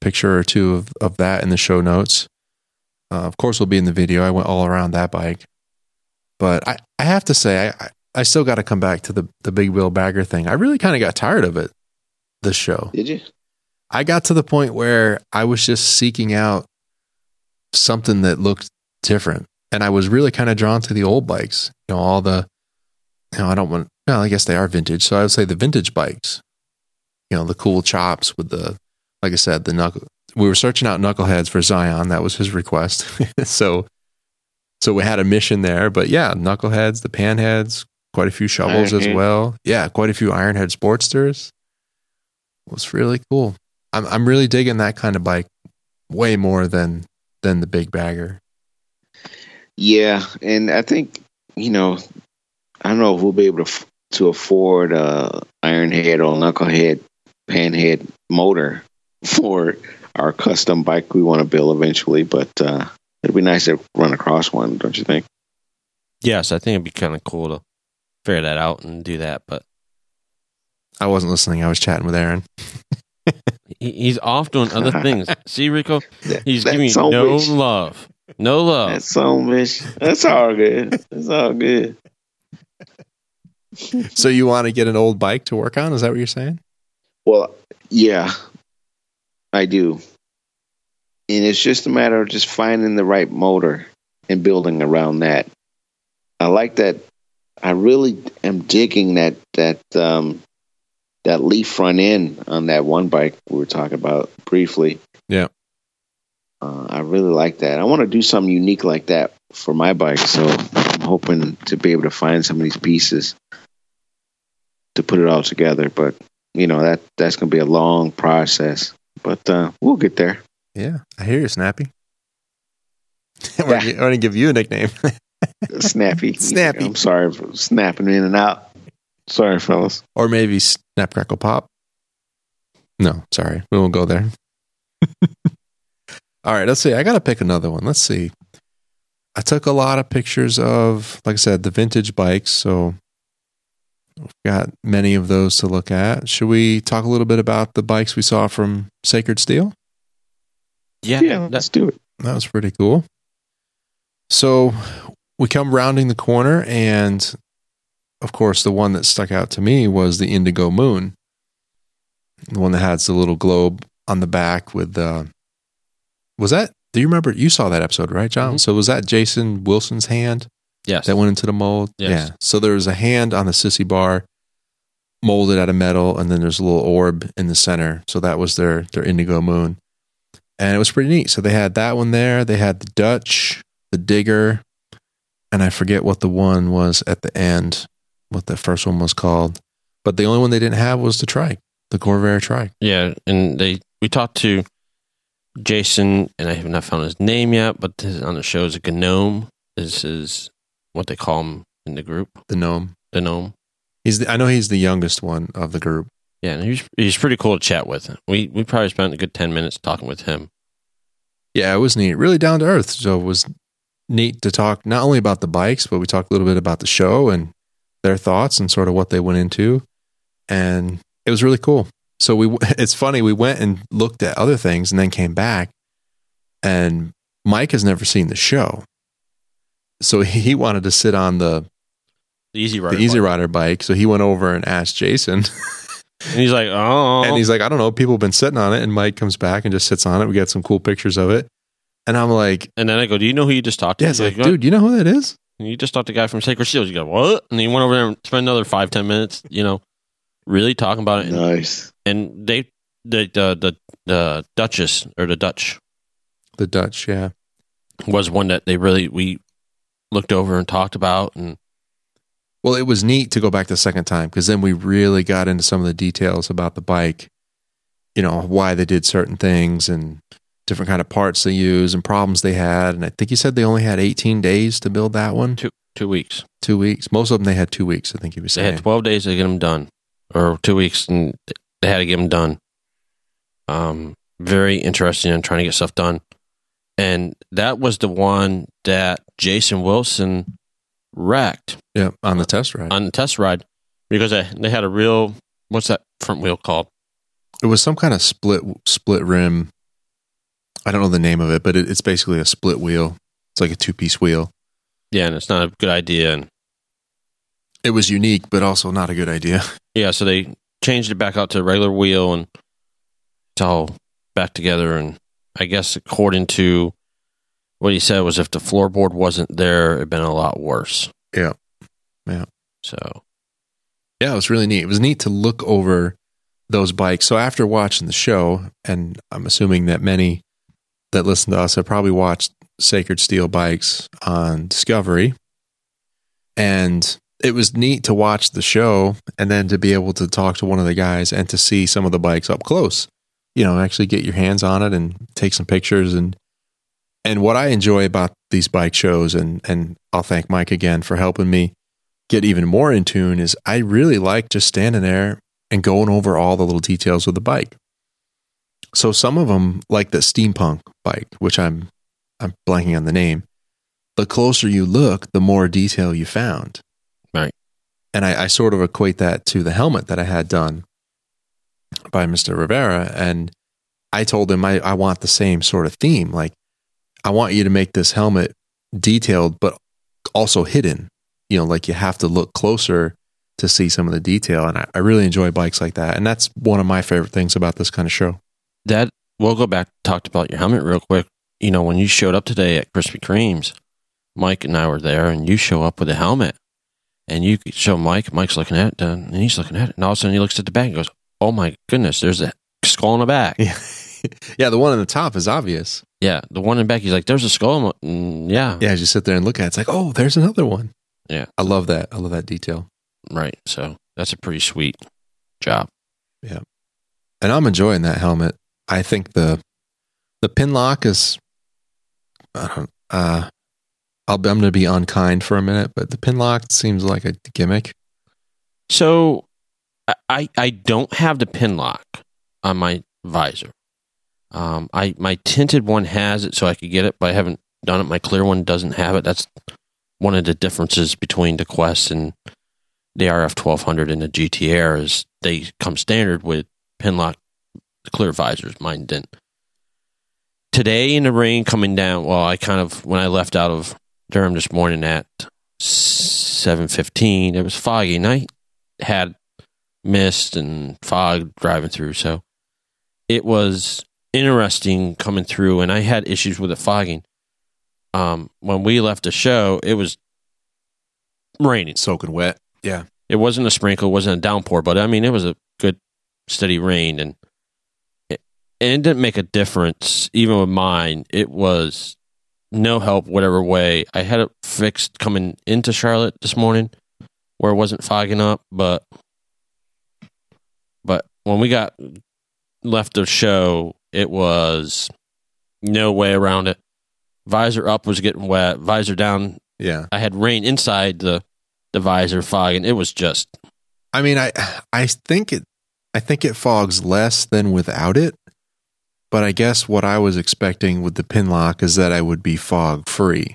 picture or two of, of that in the show notes. Uh, of course, we'll be in the video. I went all around that bike, but I, I have to say I I, I still got to come back to the the big wheel bagger thing. I really kind of got tired of it this show. Did you? I got to the point where I was just seeking out something that looked different. And I was really kind of drawn to the old bikes, you know, all the, you know, I don't want, well, I guess they are vintage. So I would say the vintage bikes, you know, the cool chops with the, like I said, the knuckle. We were searching out knuckleheads for Zion. That was his request. [laughs] so, so we had a mission there. But yeah, knuckleheads, the panheads, quite a few shovels as Ironhead. well. Yeah, quite a few ironhead sportsters. It was really cool. I'm I'm really digging that kind of bike way more than than the big bagger. Yeah, and I think you know, I don't know if we'll be able to f- to afford a Ironhead or Knucklehead Panhead motor [laughs] for our custom bike we want to build eventually, but uh, it'd be nice to run across one, don't you think? Yes, I think it'd be kind of cool to figure that out and do that. But I wasn't listening. I was chatting with Aaron. he, he's off doing [laughs] other things. See, Rico, That- he's that's giving you all no wish. love. No love. That's so much. That's all good. That's all good. So you want to get an old bike to work on? Is that what you're saying? Well, yeah, I do. And it's just a matter of just finding the right motor and building around that. I like that. I really am digging that that um, that leaf front end on that one bike we were talking about briefly. Yeah. uh, I really like that. I want to do something unique like that for my bike, so I'm hoping to be able to find some of these pieces to put it all together. But you know that that's going to be a long process, but uh, we'll get there. Yeah, I hear you, Snappy. [laughs] I'm Yeah. going to give you a nickname. [laughs] Snappy, Snappy. I'm sorry for snapping in and out. Sorry, fellas. or maybe Snap Crackle Pop. No, sorry, we won't go there. [laughs] All right, let's see. I gotta pick another one. Let's see. I took a lot of pictures of, like I said, the vintage bikes, so we've got many of those to look at. Should we talk a little bit about the bikes we saw from Sacred Steel? yeah, Yeah, that's let's do it. That was pretty cool. So we come rounding the corner, and of course, the one that stuck out to me was the Indigo Moon, the one that has the little globe on the back with the. uh, Was that Do you remember you saw that episode, right, John? Mhm. So was that Jason Wilson's hand Yes. that went into the mold? Yes. Yeah. So there was a hand on the sissy bar molded out of metal and then there's a little orb in the center. So that was their their indigo moon. And it was pretty neat. So they had that one there, they had the Dutch, the digger, and I forget what the one was at the end, what the first one was called. But the only one they didn't have was the trike, the Corvair trike. Yeah, and they we talked to Jason, and I have not found his name yet, but this is on the show is a gnome. This is what they call him in the group, the gnome. the gnome. He's the, I know he's the youngest one of the group. Yeah, and he's he's pretty cool to chat with. We we probably spent a good ten minutes talking with him. Yeah, it was neat. Really down to earth. So it was neat to talk not only about the bikes, but we talked a little bit about the show and their thoughts and sort of what they went into. And it was really cool. So we [laughs] it's funny we went and looked at other things and then came back and Mike has never seen the show. So he wanted to sit on the, The easy rider, the Easy bike. Rider bike. So he went over and asked Jason [laughs] and he's like, oh, And he's like, I don't know. People have been sitting on it. And Mike comes back and just sits on it. We got some cool pictures of it. And I'm like, and then I go, do you know who you just talked to? yeah, it's He's like, dude, you know who that is? "What?" you just talked to the guy from Sacred Shields. You go, what? And he went over there and spent another five ten minutes, you know, really talking about it. And, Nice. and they, the the the the Duchess or the Dutch The Dutch. Yeah. was one that they really we looked over and talked about and Well, it was neat to go back the second time because then we really got into some of the details about the bike, you know, why they did certain things and different kind of parts they use and problems they had. And I think you said they only had 18 days to build that one, two two weeks. two weeks. Most of them, they had two weeks, I think he was They saying. had twelve days to get them done, or two weeks, and they had to get them done. Um, very interesting in trying to get stuff done, and that was the one that Jason Wilson wrecked yeah, on the test ride. uh, on the test ride because they, they had a real what's that front wheel called? It was some kind of split split rim. I don't know the name of it, but it, it's basically a split wheel. It's like a two piece wheel. Yeah, and it's not a good idea, and It was unique, but also not a good idea. Yeah, so they changed it back out to the regular wheel and it's all back together. And I guess according to what he said was if the floorboard wasn't there, it'd been a lot worse. Yeah. Yeah. So Yeah, it was really neat. It was neat to look over those bikes. So after watching the show, and I'm assuming that many that listen to us have probably watched Sacred Steel bikes on Discovery, and it was neat to watch the show and then to be able to talk to one of the guys and to see some of the bikes up close. You know, actually get your hands on it and take some pictures and and what I enjoy about these bike shows and and I'll thank Mike again for helping me get even more in tune is I really like just standing there and going over all the little details of the bike. So some of them, like the steampunk bike, which I'm I'm blanking on the name, the closer you look, the more detail you found. Right. And I, I sort of equate that to the helmet that I had done by Mr. Rivera. And I told him I, I want the same sort of theme. Like I want you to make this helmet detailed but also hidden you know, like you have to look closer to see some of the detail. And I, I really enjoy bikes like that. And that's one of my favorite things about this kind of show. that we'll go back talked about your helmet real quick. You know, when you showed up today at Krispy Kreme's, Mike and I were there and you show up with a helmet and you show Mike, Mike's looking at it and he's looking at it and all of a sudden he looks at the back and goes, Oh my goodness, there's a skull in the back. [laughs] Yeah. yeah. The one on the top is obvious. Yeah, the one in back. He's like, "There's a skull." I'm like, "Mm, yeah, Yeah. As you sit there and look at it, it's like, oh, there's another one. Yeah. I love that. I love that detail. right. So that's a pretty sweet job. And I'm enjoying that helmet. I think the, the pin lock is, I don't, uh, I'll, I'm going to be unkind for a minute, but the pin lock seems like a gimmick. So I- I I don't have the pin lock on my visor. Um, I my tinted one has it, so I could get it, but I haven't done it. My clear one doesn't have it. That's one of the differences between the Quest and the RF twelve hundred and the GTR is they come standard with pin lock clear visors. Mine didn't. Today in the rain coming down, well, I kind of when I left out of Durham this morning at seven fifteen, it was foggy night had mist and fog driving through. So it was interesting coming through, and I had issues with it fogging. Um, when we left the show, it was raining. soaking wet. Yeah. It wasn't a sprinkle, it wasn't a downpour, but I mean, it was a good, steady rain, and it, and it didn't make a difference. Even with mine, it was no help whatever way. I had it fixed coming into Charlotte this morning, where it wasn't fogging up, but but when we got left the show, it was no way around it. Visor up was getting wet. Visor down Yeah. I had rain inside the, the visor fog, and it was just I mean, I I think it I think it fogs less than without it. But I guess what I was expecting with the pin lock is that I would be fog free.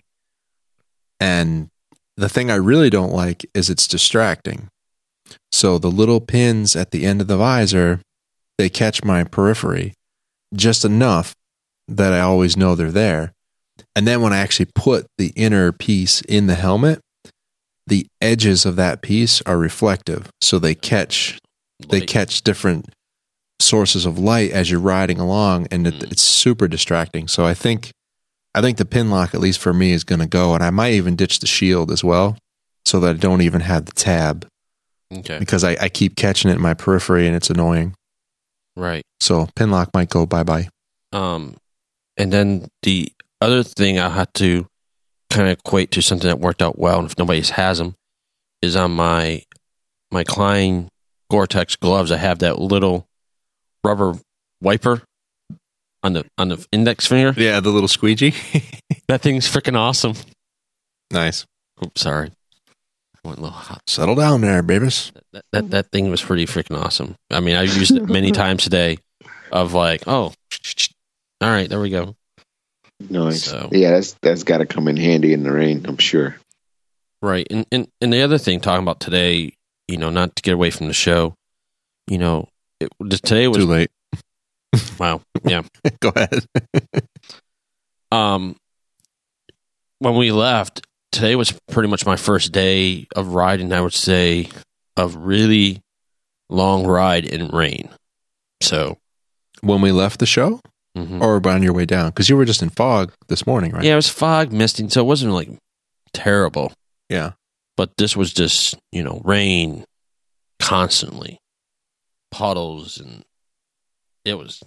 And the thing I really don't like is it's distracting. So the little pins at the end of the visor, they catch my periphery just enough that I always know they're there. And then when I actually put the inner piece in the helmet, the edges of that piece are reflective so they catch they like, catch different sources of light as you're riding along and it, Mm. it's super distracting so i think i think the pin lock at least for me is going to go and i might even ditch the shield as well so that i don't even have the tab okay, because i, I keep catching it in my periphery and it's annoying right. so pin lock might go bye-bye Um, and then the other thing I had to kind of equate to something that worked out well, and if nobody has them, is on my my Klein Gore-Tex gloves. I have that little rubber wiper on the on the index finger. yeah the little squeegee [laughs] That thing's freaking awesome. nice Oops, sorry. Went a little hot. settle down there babies That, that that thing was pretty freaking awesome. I mean, I've used it many times today. Of like, oh, all right, there we go. Nice. So- Yeah, that's that's got to come in handy in the rain, I'm sure. Right. And, and and the other thing talking about today, you know, not to get away from the show, you know, it, too today was late [laughs] wow. Yeah. go ahead [laughs] Um when we left, today was pretty much my first day of riding, I would say, a really long ride in rain. So, when we left the show mhm. or on your way down because you were just in fog this morning right yeah, it was fog misting, so it wasn't like terrible, yeah but this was just, you know, rain constantly. Puddles and it was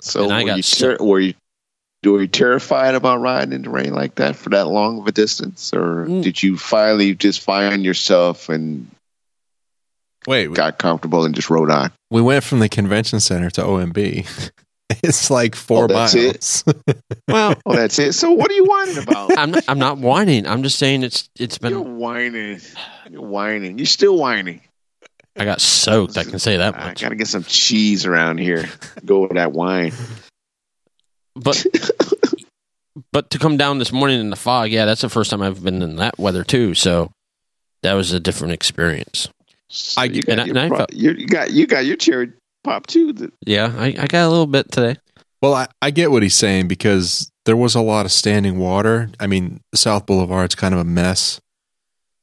So And I were, got you sick. ter- were you were you terrified about riding in the rain like that for that long of a distance, or Mm. did you finally just find yourself and wait got comfortable and just rode on? [laughs] we went from the convention center to OMB. [laughs] It's like four Oh, that's miles. well, Oh, that's it. So what are you [laughs] whining about? I'm not, [laughs] I'm not whining. I'm just saying it's it's You're been. whining. You're whining. You're still whining. I got soaked. I can say that I much. gotta get some cheese around here. Go with that wine. But but to come down this morning in the fog, yeah, that's the first time I've been in that weather too. So that was a different experience. So I- you and I- got and I your pro- felt- you you got you got your cherry pop too. The- Yeah, I, I got a little bit today. well, I, I get what he's saying because there was a lot of standing water. I mean, South Boulevard's kind of a mess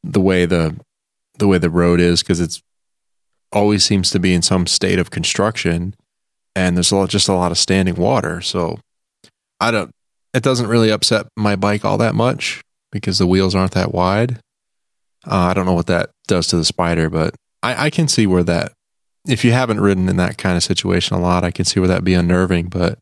the way the the way the road is because it's always seems to be in some state of construction, and there's a lot, just a lot of standing water. So I don't. It doesn't really upset my bike all that much because the wheels aren't that wide. Uh, I don't know what that does to the spider, but I, I can see where that if you haven't ridden in that kind of situation a lot, I can see where that'd be unnerving, but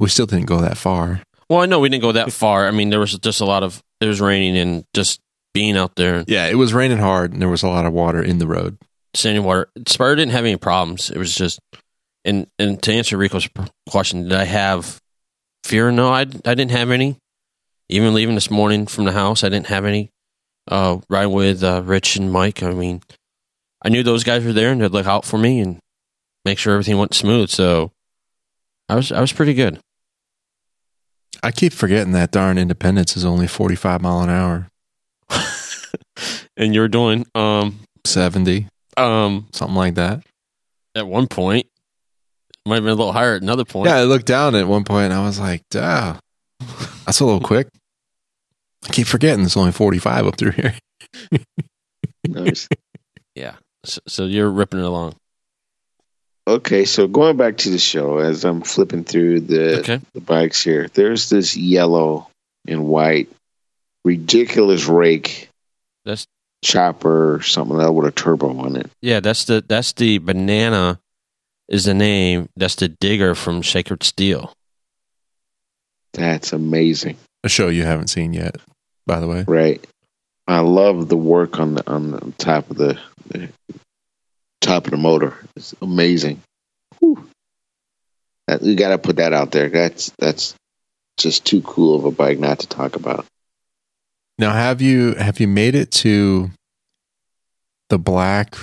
we still didn't go that far. Well, I know we didn't go that far. I mean, there was just a lot of it was raining and just being out there, Yeah, it was raining hard and there was a lot of water in the road. standing water. Spire didn't have any problems. It was just and and to answer Rico's pr- question, did I have fear? No, I I didn't have any. Even leaving this morning from the house, I didn't have any. Uh, riding with uh, Rich and Mike, I mean, I knew those guys were there and they'd look out for me and make sure everything went smooth. So I was I was pretty good. I keep forgetting that darn independence is only 45 mile an hour, and you're doing um 70, um something like that. at one point might have been a little higher at another point. Yeah, I looked down at one point and I was like, duh, that's a little quick. I keep forgetting it's only 45 up through here. [laughs] Nice. [laughs] So, so you're ripping it along. Okay, so going back to the show, as I'm flipping through the Okay. the bikes here, there's this yellow and white ridiculous rake. That's- chopper, or something like that with a turbo on it. Yeah, that's the that's the banana is the name. That's the digger from Sacred Steel. That's amazing, A show you haven't seen yet, by the way. right? I love the work on the on the top of the, the top of the motor. It's amazing. Whew. That, you got to put that out there. That's that's just too cool of a bike not to talk about. Now, have you have you made it to the black?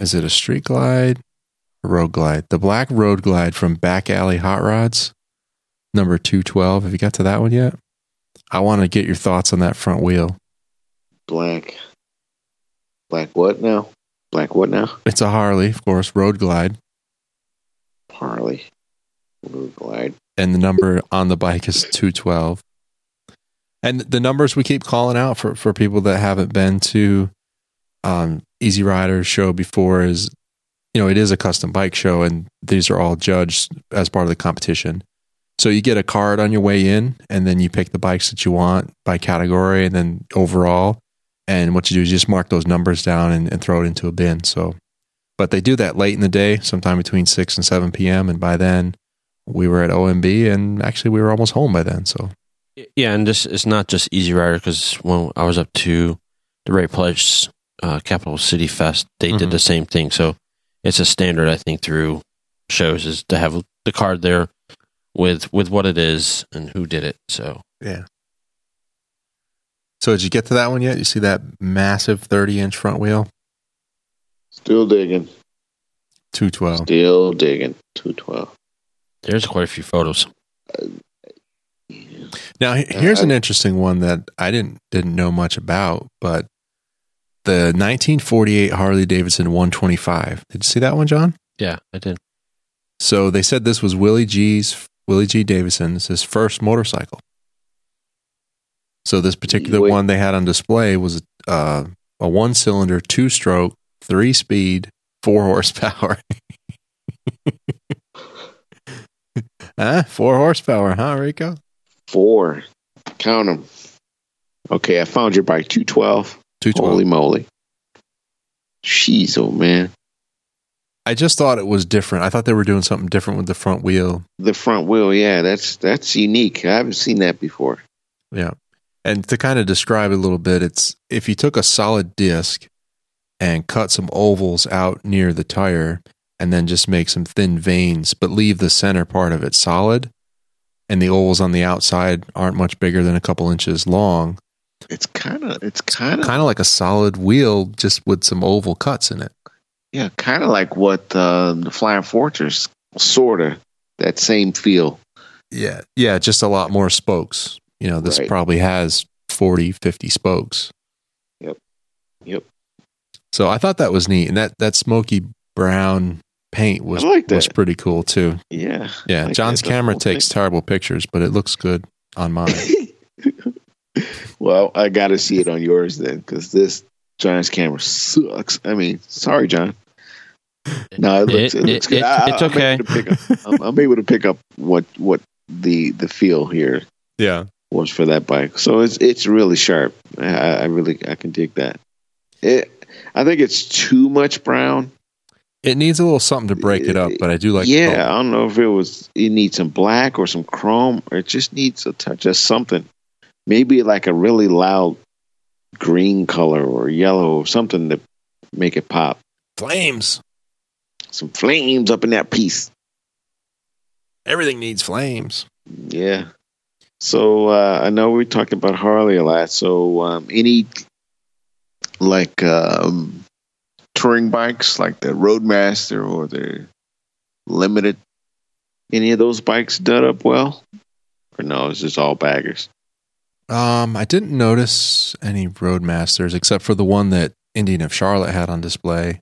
Is it a street glide, road glide? The black road glide from Back Alley Hot Rods, number two twelve. Have you got to that one yet? I want to get your thoughts on that front wheel. Black, black what now? Black what now? It's a Harley, of course, road glide, Harley. Road glide. and the number on the bike is two twelve. And the numbers we keep calling out for for people that haven't been to um, Easy Rider show before is, you know, it is a custom bike show, and these are all judged as part of the competition. So you get a card on your way in, and then you pick the bikes that you want by category, and then overall. And what you do is you just mark those numbers down and, and throw it into a bin. So, but they do that late in the day, sometime between six and seven p.m. And by then, we were at OMB, and actually we were almost home by then. So Yeah, and this it's not just Easy Rider because when I was up to the Ray Pledge uh, Capital City Fest, they did Mhm. the same thing. So it's a standard, I think, through shows is to have the card there with with what it is and who did it. So so did you get to that one yet? You see that massive thirty inch front wheel, Still digging. two twelve. Still digging. Two twelve. there's quite a few photos. Now he- here's an interesting one that I didn't didn't know much about, but the 1948 Harley Davidson 125. Did you see that one, John? Yeah, I did. So they said this was Willie G's Willie G Davidson's his first motorcycle. So this particular Wait. one they had on display was uh, a one cylinder, two stroke, three speed, four [laughs] horsepower. huh? Four horsepower, huh, Rico? Four. Count them. Okay, I found your bike. Two twelve. Two Holy twelve. moly. Jeez, oh man. I just thought it was different. I thought they were doing something different with the front wheel. The front wheel. Yeah, that's that's unique. I haven't seen that before. Yeah. And to kind of describe it a little bit, it's if you took a solid disc and cut some ovals out near the tire and then just make some thin veins, but leave the center part of it solid and the ovals on the outside aren't much bigger than a couple inches long, It's kind of. It's kind of. kind of like a solid wheel just with some oval cuts in it. Yeah, kind of like what uh, the Flying Fortress. Sorta. That same feel. Yeah. Yeah. Just a lot more spokes. You know, this Right. probably has 40, 50 spokes. Yep. Yep. So I thought that was neat. And that, that smoky brown paint was, I like was that. pretty cool too. Yeah. Yeah. like John's that, the camera whole thing. takes terrible pictures, but it looks good on [laughs] mine. [laughs] well, I got to see it on yours then, because this John's camera sucks. I mean, sorry, John. No, it looks, it, It- looks it- good. it- I- I- it's I'm okay. able to pick up- I'm, I'm able to pick up what what the the feel here yeah. was for that bike. So it's it's really sharp. I, I I really I can dig that. It, I think it's too much brown. It needs a little something to break it up, but I do like the yeah, color. I don't know if it was it needs some black or some chrome or it just needs a touch of something. Maybe like a really loud green color or yellow or something to make it pop. oh, flames. Some flames up in that piece. Everything needs flames. Yeah. So uh, I know we talked about Harley a lot. So um, any like um, touring bikes like the Roadmaster or the Limited, any of those bikes done up well? Or no, it's just all baggers. Um, I didn't notice any roadmasters except for the one that Indian of Charlotte had on display.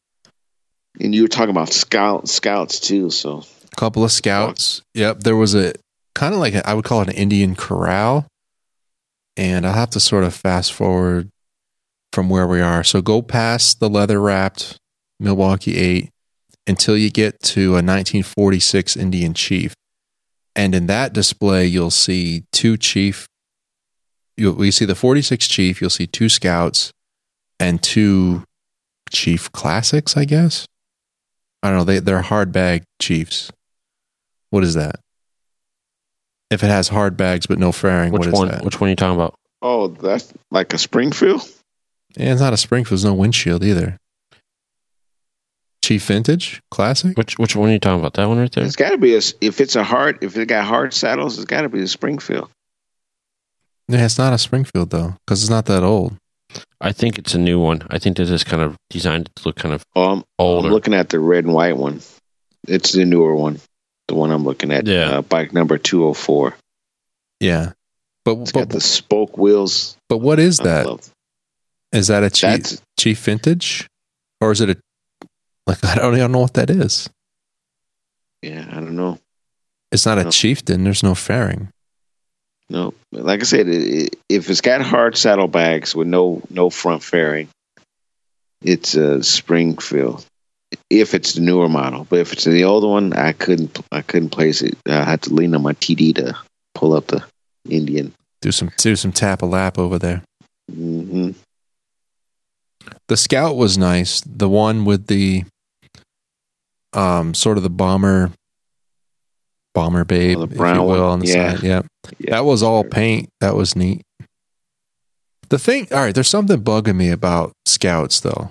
And you were talking about scout scouts too. So couple of scouts. Yep, there was a kind of like a, I would call it an Indian corral, and I'll have to sort of fast forward from where we are. So go past the leather wrapped Milwaukee Eight, until you get to a 1946 Indian chief. And in that display, you'll see two chief. You'll, you see the 46 chief, you'll see two scouts and two chief classics, I guess. I don't know. They, they're hard bag chiefs. What is that? If it has hard bags but no fairing, Which what is one? that? Which one are you talking about? Oh, that's like a Springfield. Yeah, it's not a Springfield's no windshield either. Chief Vintage Classic. Which Which one are you talking about? That one right there. It's got to be a s- if it's a hard if it got hard saddles, it's got to be a Springfield. Yeah, it's not a Springfield though, because it's not that old. I think it's a new one. I think this is kind of designed to look kind of Oh, I'm, I'm older. looking at the red and white one. It's the newer one, the one I'm looking at. Yeah. uh, bike number two hundred four. Yeah, It's but got but, the spoke wheels. but what is I that? love- Is that a chief That's Chief Vintage, or is it a like I don't, I don't know what that is. yeah. I don't know. It's not a No. chieftain. There's no fairing. No, like I said, i- i- if it's got hard saddlebags with no no front fairing, it's a Springfield. If it's the newer model, but if it's the older one, I couldn't I couldn't place it. I had to lean on my TD to pull up the Indian. Do some do some tap a lap over there. hmm The Scout was nice. The one with the um sort of the bomber bomber babe, Oh, the if you brown will, one. on the Yeah. side. Yeah. Yeah. That was all paint. That was neat. The thing, all right, there's something bugging me about scouts though.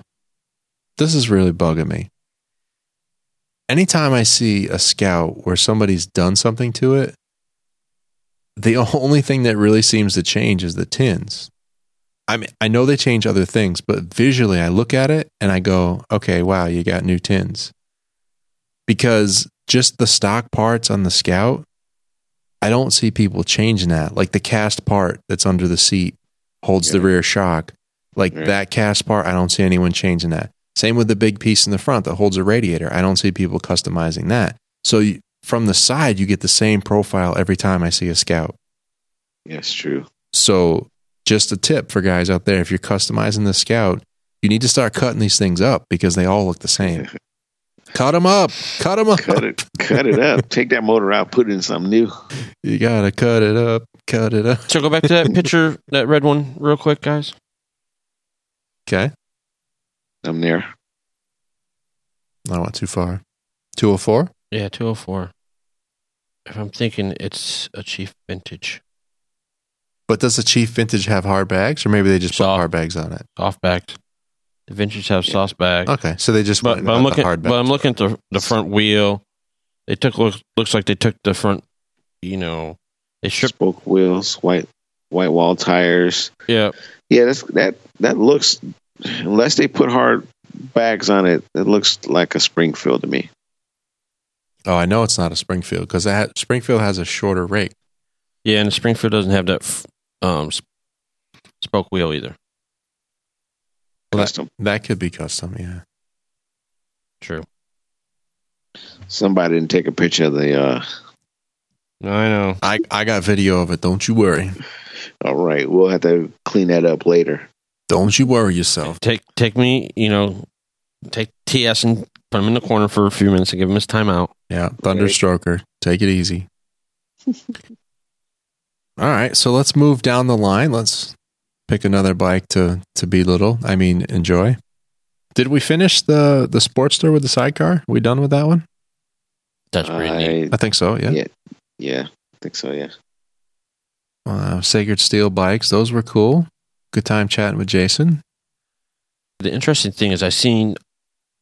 This is really bugging me. Anytime I see a scout where somebody's done something to it, the [laughs] only thing that really seems to change is the tins. I mean, I know they change other things, but visually I look at it and I go, okay, wow, you got new tins. Because just the stock parts on the scout, I don't see people changing that. Like the cast part that's under the seat holds the Yeah. rear shock. Like Yeah. that cast part, I don't see anyone changing that. Same with the big piece in the front that holds a radiator. I don't see people customizing that. So you, from the side, you get the same profile every time I see a scout. Yes, true. So, just a tip for guys out there if you're customizing the scout, you need to start cutting these things up because they all look the [laughs] same. cut them up. Cut them up. Cut it, cut it up. Take that motor out. Put it in something new. You got to cut it up. Cut it up. So go back to that picture, that red one, real quick, guys. Okay. I'm there. I went too far. 204? Yeah, two hundred four. If I'm thinking, it's a Chief Vintage But does the Chief Vintage have hard bags or maybe they just put Soft. hard bags on it? soft backed. The Vintage have soft back. Okay. So they just but, went but with I'm the looking, hard but I'm looking at the, the front wheel. They took looks looks like they took the front, you know, they stripped. Spoke wheels, white white wall tires. Yeah, Yeah, that's that that looks unless they put hard bags on it, it looks like a Springfield to me. oh, I know it's not a Springfield because Springfield has a shorter rake. yeah, and the Springfield doesn't have that f- um sp- spoke wheel either. Well, Custom. That could be custom. Yeah. True. Somebody didn't take a picture of the uh I know. I, I got video of it. Don't you worry. all right, we'll have to clean that up later. Don't you worry yourself. Take take me, you know, take TS and put him in the corner for a few minutes and give him his timeout. Yeah, Thunderstroker. Take it easy. All right, so let's move down the line. Let's pick another bike to to belittle. I mean, enjoy. Did we finish the the Sportster with the sidecar? We done with that one? That's pretty neat. I think so. Yeah. Yeah. yeah, I think so, yeah. Uh, Sacred Steel bikes. Those were cool. Good time chatting with Jason. The interesting thing is, I seen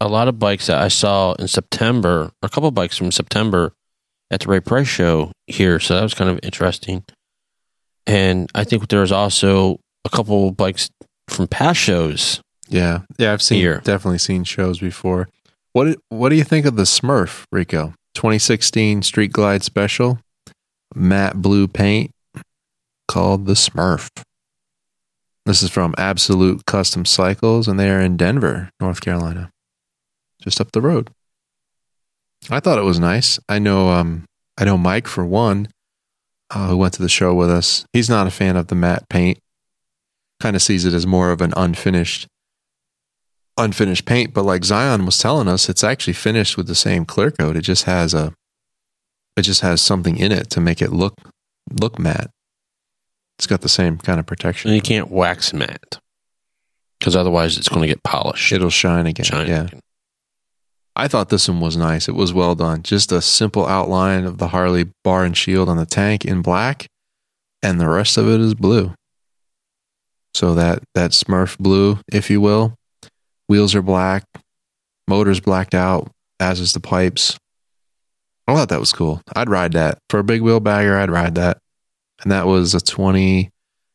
a lot of bikes that I saw in September, or a couple of bikes from September at the Ray Price show here. So that was kind of interesting. And I think there was also a couple of bikes from past shows. Yeah, yeah. I've seen Here. definitely seen shows before. What do- What do you think of the Smurf Rico 2016 Street Glide Special, matte blue paint, called the Smurf? This is from Absolute Custom Cycles, and they are in Denver, North Carolina, just up the road. I thought it was nice. I know, um, I know Mike for one, uh, who went to the show with us. He's not a fan of the matte paint. Kind of sees it as more of an unfinished unfinished paint, but like Zion was telling us, it's actually finished with the same clear coat. It just has a, it just has something in it to make it look look matte. It's got the same kind of protection. And you can't wax matte because otherwise it's going to get polished. It'll shine again. Shine Yeah, again. I thought this one was nice. It was well done. Just a simple outline of the Harley bar and shield on the tank in black, and the rest of it is blue. So that that Smurf blue, if you will, wheels are black, motors blacked out, as is the pipes. I thought that was cool. I'd ride that for a big wheel bagger. I'd ride that, and that was a twenty.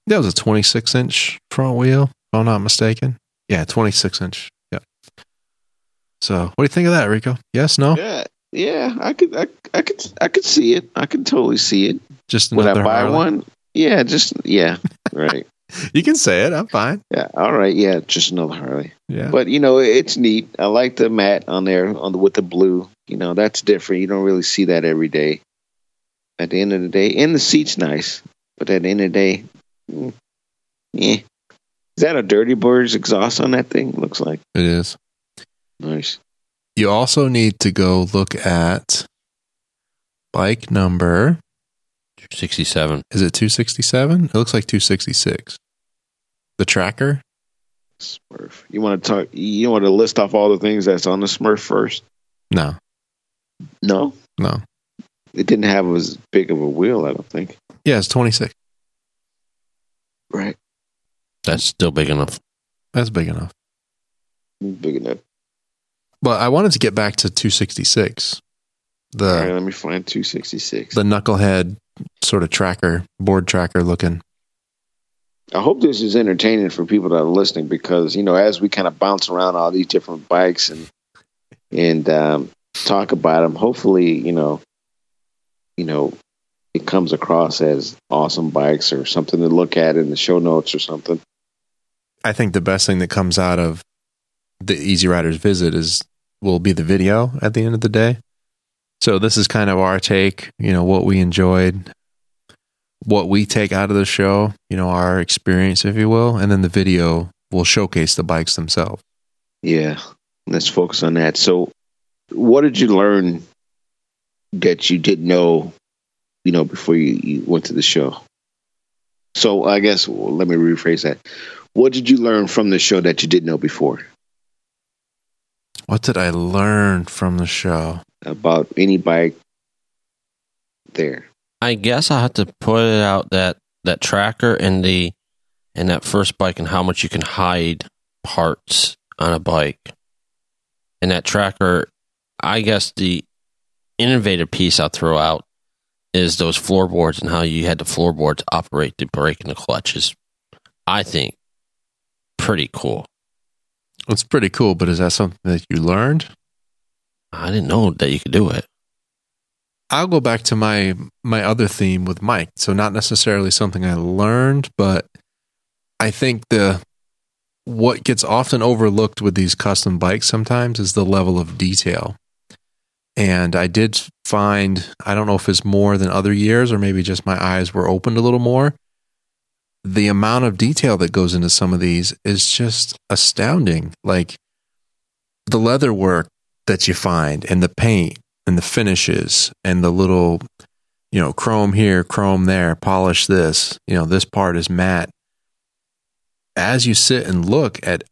That was a twenty-six inch front wheel, if I'm not mistaken. Yeah, twenty-six inch. Yeah. So, what do you think of that, Rico? Yes, Oh. no, Yeah, yeah, I could, I, I could, I could see it. I could totally see it. just Would another I buy Harley? one? Yeah, just yeah, right. You can say it. I'm fine. Yeah, all right. Yeah, just another Harley. Yeah, But you know, it's neat. I like the matte on there on the with the blue. You know, that's different. You don't really see that every day. At the end of the day, and the seat's nice, but at the end of the day, mm, eh. Is that a Dirty Bird's exhaust on that thing? Looks like it is. nice. You also need to go look at bike number. 67. Is it 267? It looks like 266. The tracker? Smurf. You want to talk? You want to list off all the things that's on the Smurf first? No, No, no. it didn't have as big of a wheel. I don't think. Yeah, it's 26. Right, That's still big enough. That's big enough. big enough. But I wanted to get back to 266. All right, The let me find two sixty six. the knucklehead sort of tracker, board tracker looking. I hope this is entertaining for people that are listening because you know as we kind of bounce around all these different bikes and and um, talk about them, hopefully you know you know it comes across as awesome bikes or something to look at in the show notes or something. I think the best thing that comes out of the Easy Riders visit is will be the video at the end of the day. So this is kind of our take, you know, what we enjoyed, what we take out of the show, you know, our experience, if you will, and then the video will showcase the bikes themselves. Yeah, let's focus on that. So, what did you learn that you didn't know, you know, before you, you went to the show? So, I guess well, let me rephrase that. What did you learn from the show that you didn't know before What did I learn from the show? about any bike there? I guess I have to put it out that that tracker and the and that first bike and how much you can hide parts on a bike. And that tracker, I guess the innovative piece I'll throw out is those floorboards and how you had the floorboards operate the brake and the clutch is I think pretty cool. It's pretty cool, but is that something that you learned? I didn't know that you could do it. I'll go back to my my other theme with Mike. So not necessarily something I learned, but I think the what gets often overlooked with these custom bikes sometimes is the level of detail. And I did find, I don't know if it's more than other years or maybe just my eyes were opened a little more. The amount of detail that goes into some of these is just astounding. Like the leather work that you find and the paint and the finishes and the little you know chrome here chrome there polish this you know this part is matte as you sit and look at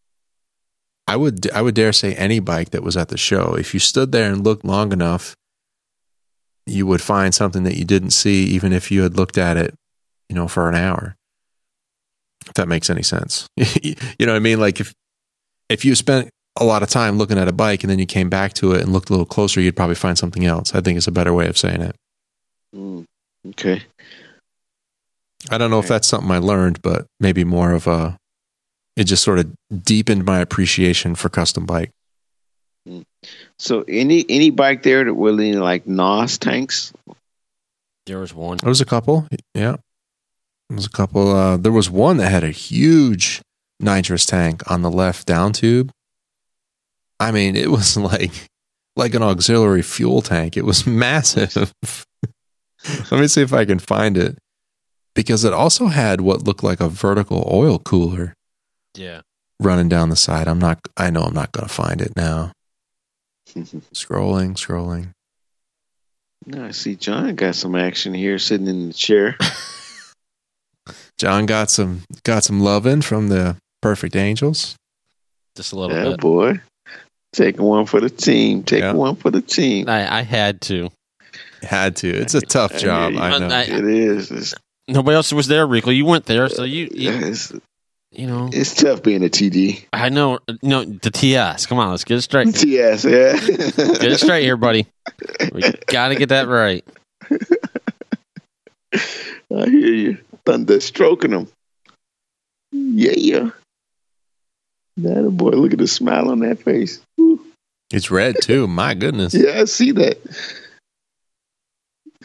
i would i would dare say any bike that was at the show if you stood there and looked long enough you would find something that you didn't see even if you had looked at it you know for an hour if that makes any sense [laughs] you know what i mean like if if you spent a lot of time looking at a bike and then you came back to it and looked a little closer, you'd probably find something else. I think it's a better way of saying it. Mm, okay. I don't know if Okay. that's something I learned, but maybe more of a, it just sort of deepened my appreciation for custom bike. So, any any bike there that were any like NOS tanks? There was one. There was a couple. Yeah. There was a couple. Uh, there was one that had a huge nitrous tank on the left down tube. I mean, it was [laughs] like, like an auxiliary fuel tank. It was [laughs] massive. Let me see if I can find it because it also had what looked like a vertical oil cooler. Yeah. running down the side. I'm not. I know I'm not going to find it now. Scrolling, scrolling. No, I see John got some action here sitting in the chair. John got some got some loving from the Perfect Angels. Just a little Yeah, bit. boy. Take one for the team. Take Yeah. one for the team. I, I had to. Had to. It's a tough I job. hear you. I know. I- It is. It's, Nobody else was there, Rico. You weren't there, so you you, it's, you know. it's tough being a TD. I know. No, the TS. Come on, let's get it [laughs] straight. TS, yeah. Get it straight here, buddy. We got to get that right. [laughs] I hear you. Thunder stroking him. Yeah. That a boy. Look at the smile on that face. Woo. it's red too. My goodness. Yeah, I see that. [laughs]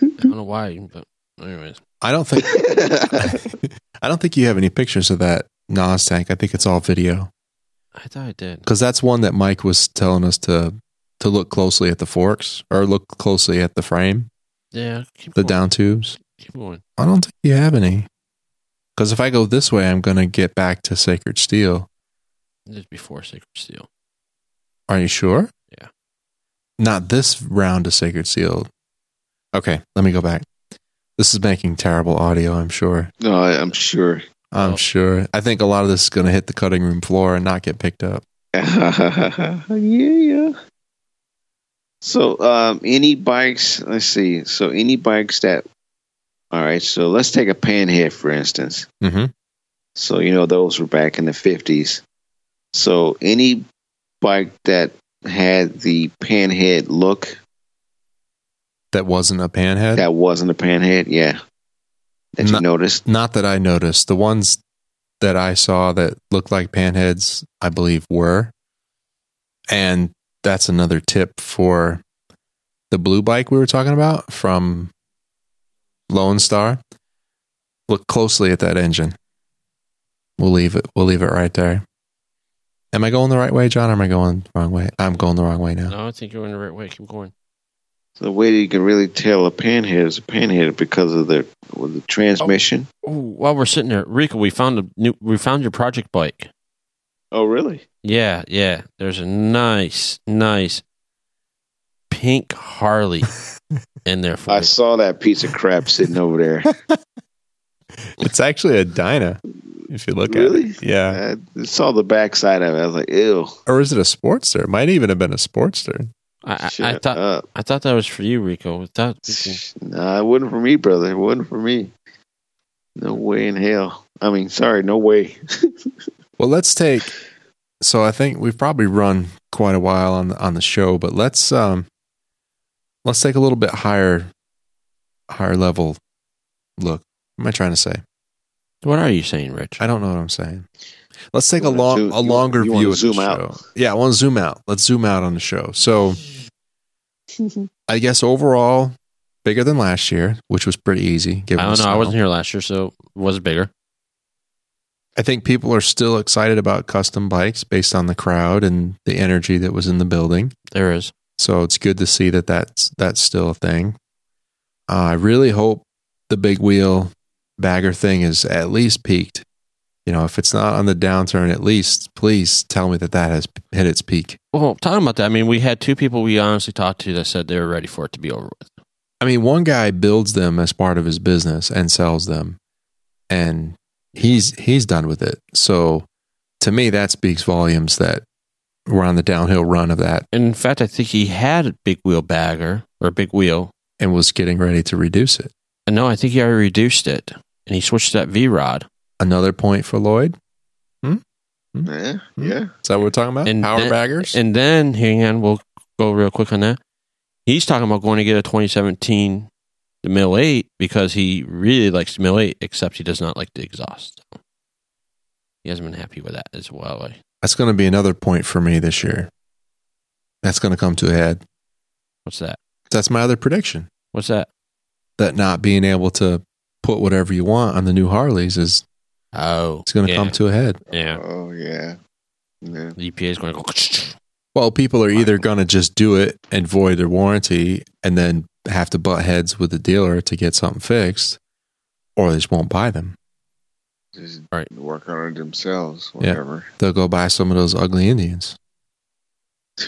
I don't know why, but anyways. I don't [laughs] think. I don't think you have any pictures of that Nas tank. I think it's all video I thought I did. because that's one that Mike was telling us to to look closely at the forks or look closely at the frame, Yeah. Keep the going. down tubes. Keep going. I don't think you have any. Because if I go this way, I'm going to get back to Sacred Steel. It was before Sacred Steel. Are you sure? Yeah. Not this round of Sacred Steel. Okay, let me go back. This is making terrible audio, I'm sure. No, I, I'm sure. I'm Oh. sure. I think a lot of this is going to hit the cutting room floor and not get picked up. [laughs] yeah. So, um, any bikes? Let's see. So, any bikes that? All right. So, let's take a panhead for instance. Mm-hmm. So, you know, those were back in the fifties. So, any bike that had the panhead look That wasn't a panhead. that wasn't a panhead, yeah, that you No- noticed. Not that I noticed. The ones that I saw that looked like panheads, I believe, were. And that's another tip for the blue bike we were talking about from Lone Star. Look closely at that engine. We'll leave it. We'll leave it right there. Am I going the right way, John? Or am I going the wrong way? I'm going the wrong way now. No, I think you're in the right way. Keep going. The way that you can really tell a panhead is a panhead because of the with the transmission. Oh, while we're sitting there, Rico, we found a new. We found your project bike. Oh, really? Yeah, yeah. There's a nice, nice [laughs] pink Harley in there for I you. saw that piece of crap sitting over there. It's actually a Dyna, if you look Really? at it. Yeah. I saw the backside of it. I was like, ew. Or is it a Sportster? It might even have been a Sportster. I, I, I shut uh, thought up. I thought that was for you, Rico. I thought Nah, it wasn't for me, brother. It wasn't for me. No way in hell. I mean, sorry, no way. Well, let's take. So I think we've probably run quite a while on the, on the show, but let's um, let's take a little bit higher, higher level look. What am I trying to say? what are you saying, Rich? I don't know what I'm saying. Let's take You a wanna long, zoom- a you- longer you wanna view. of zoom the out. show. Yeah, I want to zoom out. Let's zoom out on the show. So, I guess overall, bigger than last year, which was pretty easy. I Given don't know. the I style. wasn't here last year, so it was bigger. I think people are still excited about custom bikes based on the crowd and the energy that was in the building. There is. So it's good to see that that's that's still a thing. Uh, I really hope the big wheel bagger thing is at least peaked. You know, if it's not on the downturn, at least please tell me that that has hit its peak. Well, talking about that, I mean, we had two people we honestly talked to that said they were ready for it to be over with. I mean, one guy builds them as part of his business and sells them, and he's he's done with it. So to me, that speaks volumes that we're on the downhill run of that And in fact, I think he had a big wheel bagger or big wheel. and was getting ready to reduce it. And no, I think he already reduced it, and he switched to that V rod. Another point for Lloyd. yeah, yeah. Is that what we're talking about? And Power then- baggers. And then, hang on, we'll go real quick on that. He's talking about going to get a 2017 the Mill 8 because he really likes the Mill 8, except he does not like the exhaust. He hasn't been happy with that as well. eh? That's going to be another point for me this year. That's going to come to a head. What's that? That's my other prediction What's that? that not being able to put whatever you want on the new Harleys is Oh, it's going to yeah, come to a head. Yeah, Oh, yeah. Yeah. the EPA is going to go. Well, people are either going to just do it and void their warranty and then have to butt heads with the dealer to get something fixed, or they just won't buy them. Just Right. work on it themselves, Yeah. whatever. [laughs] They'll go buy some of those ugly Indians.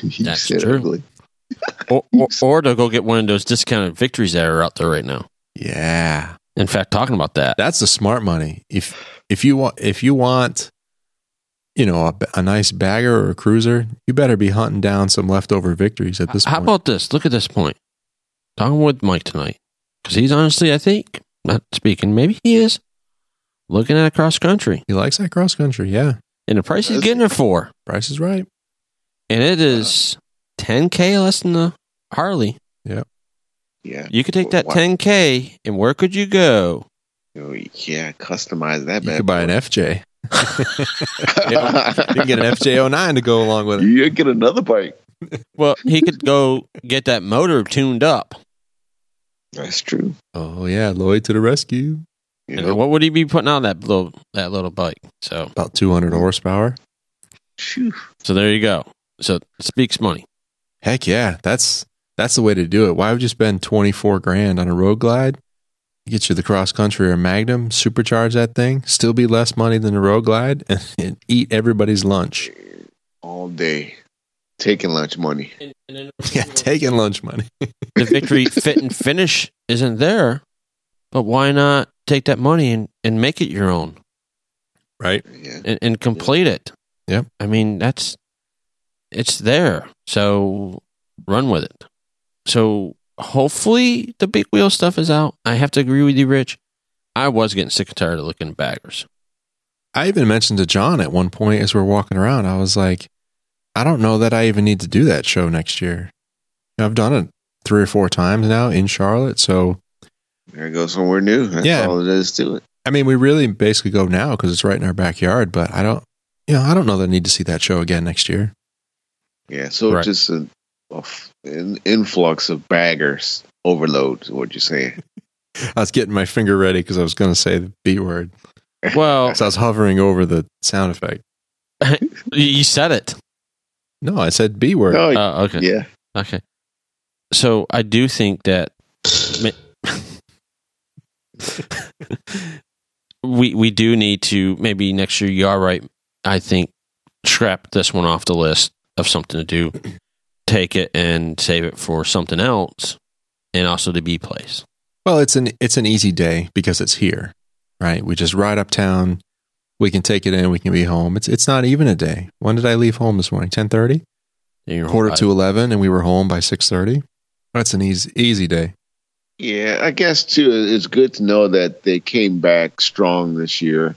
You That's said true. ugly. [laughs] Or, or, or to go get one of those discounted victories that are out there right now. Yeah. In fact, talking about that, That's the smart money. If if you want if you want you know a, a nice bagger or a cruiser, you better be hunting down some leftover victories at this how point. about this? Look at this point. Talking with Mike tonight because he's honestly, I think, not speaking. Maybe he is looking at cross country he likes that cross country. Yeah. and the price he's That's- getting it for, Price is right. and it is 10k less than the Harley. Yeah. You could take that Wow. 10k, and where could you go? Oh, yeah, customize that You bad could buy an FJ. You [laughs] can get an FJ09 to go along with it. you get another bike. Well, he could go get that motor tuned up. That's true. Oh yeah, Lloyd to the rescue. You And know, what would he be putting on that little that little bike? So About 200 horsepower. Phew. so there you go. So it speaks money. Heck yeah, that's that's the way to do it. Why would you spend 24 grand on a road glide? Get you the cross country or Magnum, supercharge that thing, still be less money than the road glide, and, [laughs] eat everybody's lunch. [laughs] all day taking lunch money. Yeah, taking lunch money. the victory fit and finish isn't there, but why not take that money and, and make it your own Right? Yeah. and, and complete it? Yep. I mean that's it's there. So run with it. So hopefully the big wheel stuff is out. I have to agree with you, Rich. I was getting sick and tired of looking at baggers. I even mentioned to John at one point as we we're walking around, I was like, I don't know that I even need to do that show next year. I've done it three or four times now in Charlotte, so There goes somewhere new. That's Yeah. all it is to it. I mean, we really basically go now because it's right in our backyard. But I don't, you know, I don't know that I need to see that show again next year. Yeah. So Right. just an, a f- an influx of baggers overload. Is what you're saying? I was getting my finger ready because I was going to say the B word, [laughs] Well, so I was hovering over the sound effect. you said it. No, I said B word. Oh, Oh, okay. yeah. Okay. So I do think that ma- [laughs] we we do need to maybe next year. You are right. I think scrap this one off the list of something to do. Take it and save it for something else, and also to be place. Well, it's an it's an easy day because it's here, right? We just ride uptown. We can take it in. We can be home. It's it's not even a day. When did I leave home this morning? Ten thirty, And you're quarter right. to eleven, and we were home by six thirty. That's an easy easy day. Yeah, I guess too. It's good to know that they came back strong this year,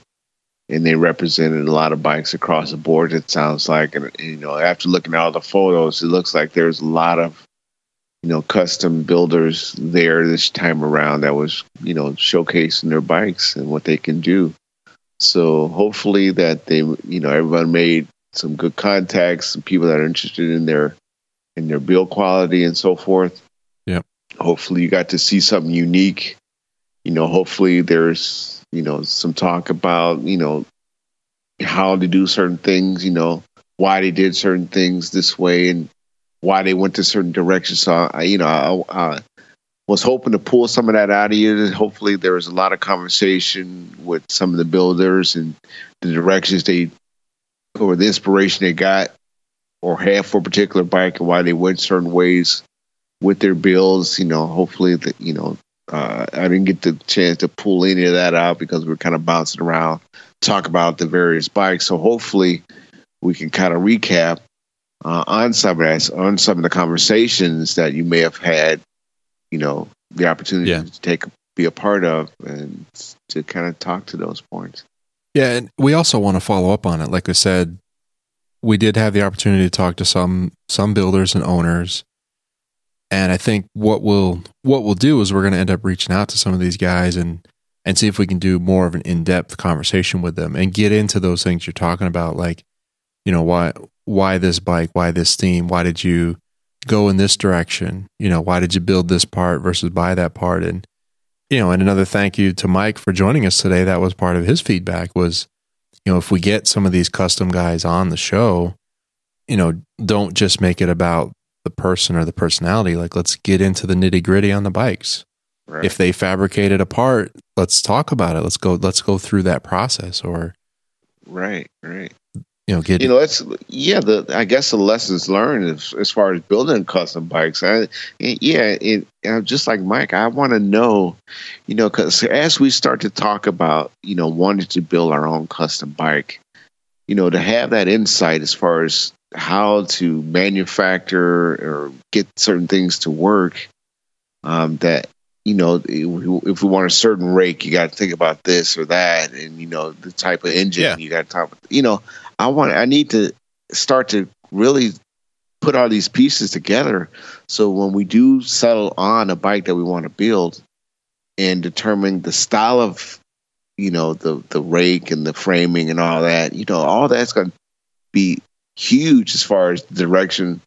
and they represented a lot of bikes across the board. It sounds like, and you know, after looking at all the photos, it looks like there's a lot of, you know, custom builders there this time around that was, you know, showcasing their bikes and what they can do. So hopefully that they, you know, everyone made some good contacts, some people that are interested in their, in their build quality and so forth hopefully you got to see something unique you know hopefully there's you know some talk about you know how to do certain things you know why they did certain things this way and why they went to certain directions so I, you know I, I was hoping to pull some of that out of you hopefully there was a lot of conversation with some of the builders and the directions they or the inspiration they got or had for a particular bike and why they went certain ways with their bills. You know, hopefully that you know uh, I didn't get the chance to pull any of that out because we are kind of bouncing around, talk about the various bikes. So hopefully we can kind of recap uh, on some of that, on some of the conversations that you may have had. You know, the opportunity Yeah. to take be a part of and to kind of talk to those points. Yeah, and we also want to follow up on it. Like I said, we did have the opportunity to talk to some some builders and owners. And I think what we'll what we'll do is we're going to end up reaching out to some of these guys and and see if we can do more of an in-depth conversation with them and get into those things you're talking about like you know why why this bike, why this theme, why did you go in this direction? You know, why did you build this part versus buy that part and you know, and another thank you to Mike for joining us today. That was part of his feedback was, you know, if we get some of these custom guys on the show, you know, don't just make it about the person or the personality. Like let's get into the nitty gritty on the bikes. Right. if they fabricated a part let's talk about it let's go let's go through that process or right, right. you know get you know that's yeah the i guess the lessons learned as, as far as building custom bikes I, yeah it, I'm just like mike i want to know you know because as we start to talk about you know wanting to build our own custom bike you know to have that insight as far as how to manufacture or get certain things to work um, that you know if we want a certain rake you got to think about this or that and you know the type of engine Yeah. you got to talk you know I want I need to start to really put all these pieces together so when we do settle on a bike that we want to build and determine the style of you know the the rake and the framing and all that you know all that's going to be huge as far as the direction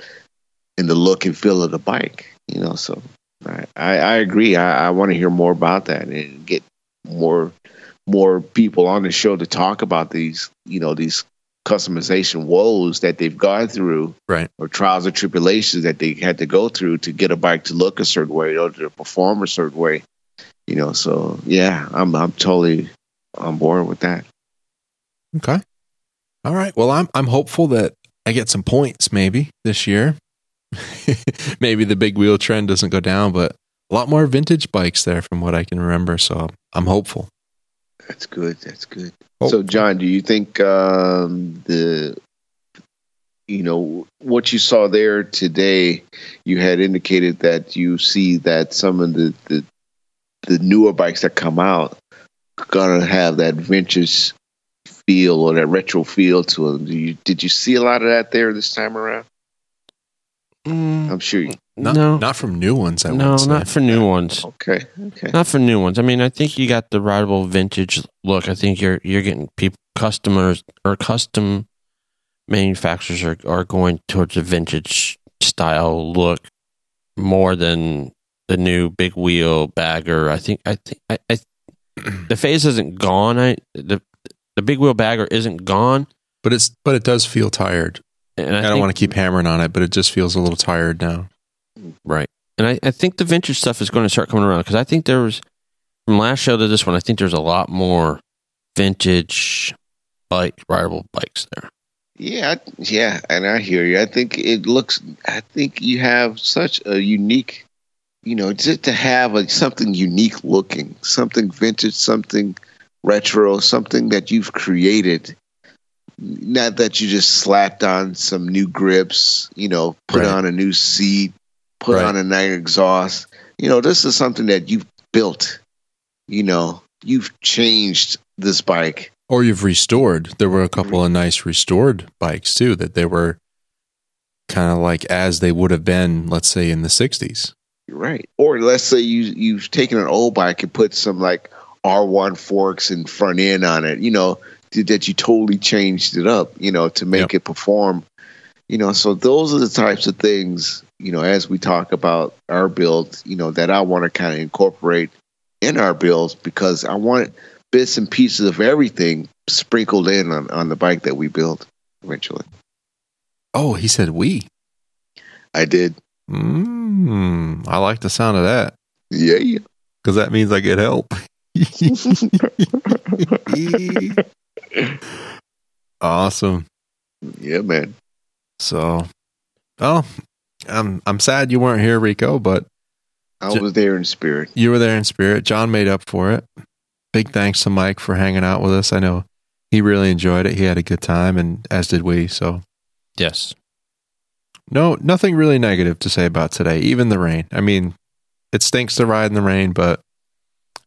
and the look and feel of the bike you know so I I, I agree I, I want to hear more about that and get more more people on the show to talk about these you know these customization woes that they've gone through Right. or trials or tribulations that they had to go through to get a bike to look a certain way or to perform a certain way you know so yeah i'm i'm totally on board with that okay all right well i'm i'm hopeful that i get some points maybe this year [laughs] maybe the big wheel trend doesn't go down but a lot more vintage bikes there from what i can remember so i'm, I'm hopeful that's good that's good Oh. so john do you think um the you know what you saw there today you had indicated that you see that some of the the, the newer bikes that come out gonna have that vintage feel or that retro feel to them do you, did you see a lot of that there this time around i'm sure you not, no, not from new ones I no, would say. not for new ones. okay okay Not for new ones. I mean, I think you got the rideable vintage look. I think you're you're getting people customers or custom manufacturers are, are going towards a vintage style look more than the new big wheel bagger. I think I think I, [clears throat] I the phase isn't gone. I the the big wheel bagger isn't gone. but it's but it does feel tired And I, i, don't want to keep hammering on it but it just feels a little tired now Right. And I, I think the vintage stuff is going to start coming around because I think there was from last show to this one, I think there's a lot more vintage bike rideable bikes there. Yeah, I- yeah, and I hear you. I think it looks. I think you have such a unique, you know, just to have a, something unique looking, something vintage, something retro, something that you've created. Not that you just slapped on some new grips, you know, put Right. on a new seat, put Right. on a night exhaust. You know, this is something that you've built. You know, you've changed this bike. or you've restored. There were a couple of nice restored bikes too that they were kind of like as they would have been, let's say in the 60s. You're right. Or let's say you you've taken an old bike and put some like R1 forks and front end on it. You know th- that you totally changed it up. You know to make it perform. You know, so those are the types of things. You know, as we talk about our build, you know that I want to kind of incorporate in our builds because I want bits and pieces of everything sprinkled in on, on the bike that we build eventually. Oh, he said we. I did. Mm, I like the sound of that Yeah, yeah. [laughs] because that means I get help. [laughs] awesome. yeah, man. So, oh, I'm I'm sad you weren't here, Rico, but I Ju- was there in spirit. you were there in spirit. John made up for it. Big thanks to Mike for hanging out with us. I know he really enjoyed it. He had a good time, and as did we. So, Yes. no, nothing really negative to say about today, even the rain. I mean, it stinks to ride in the rain, but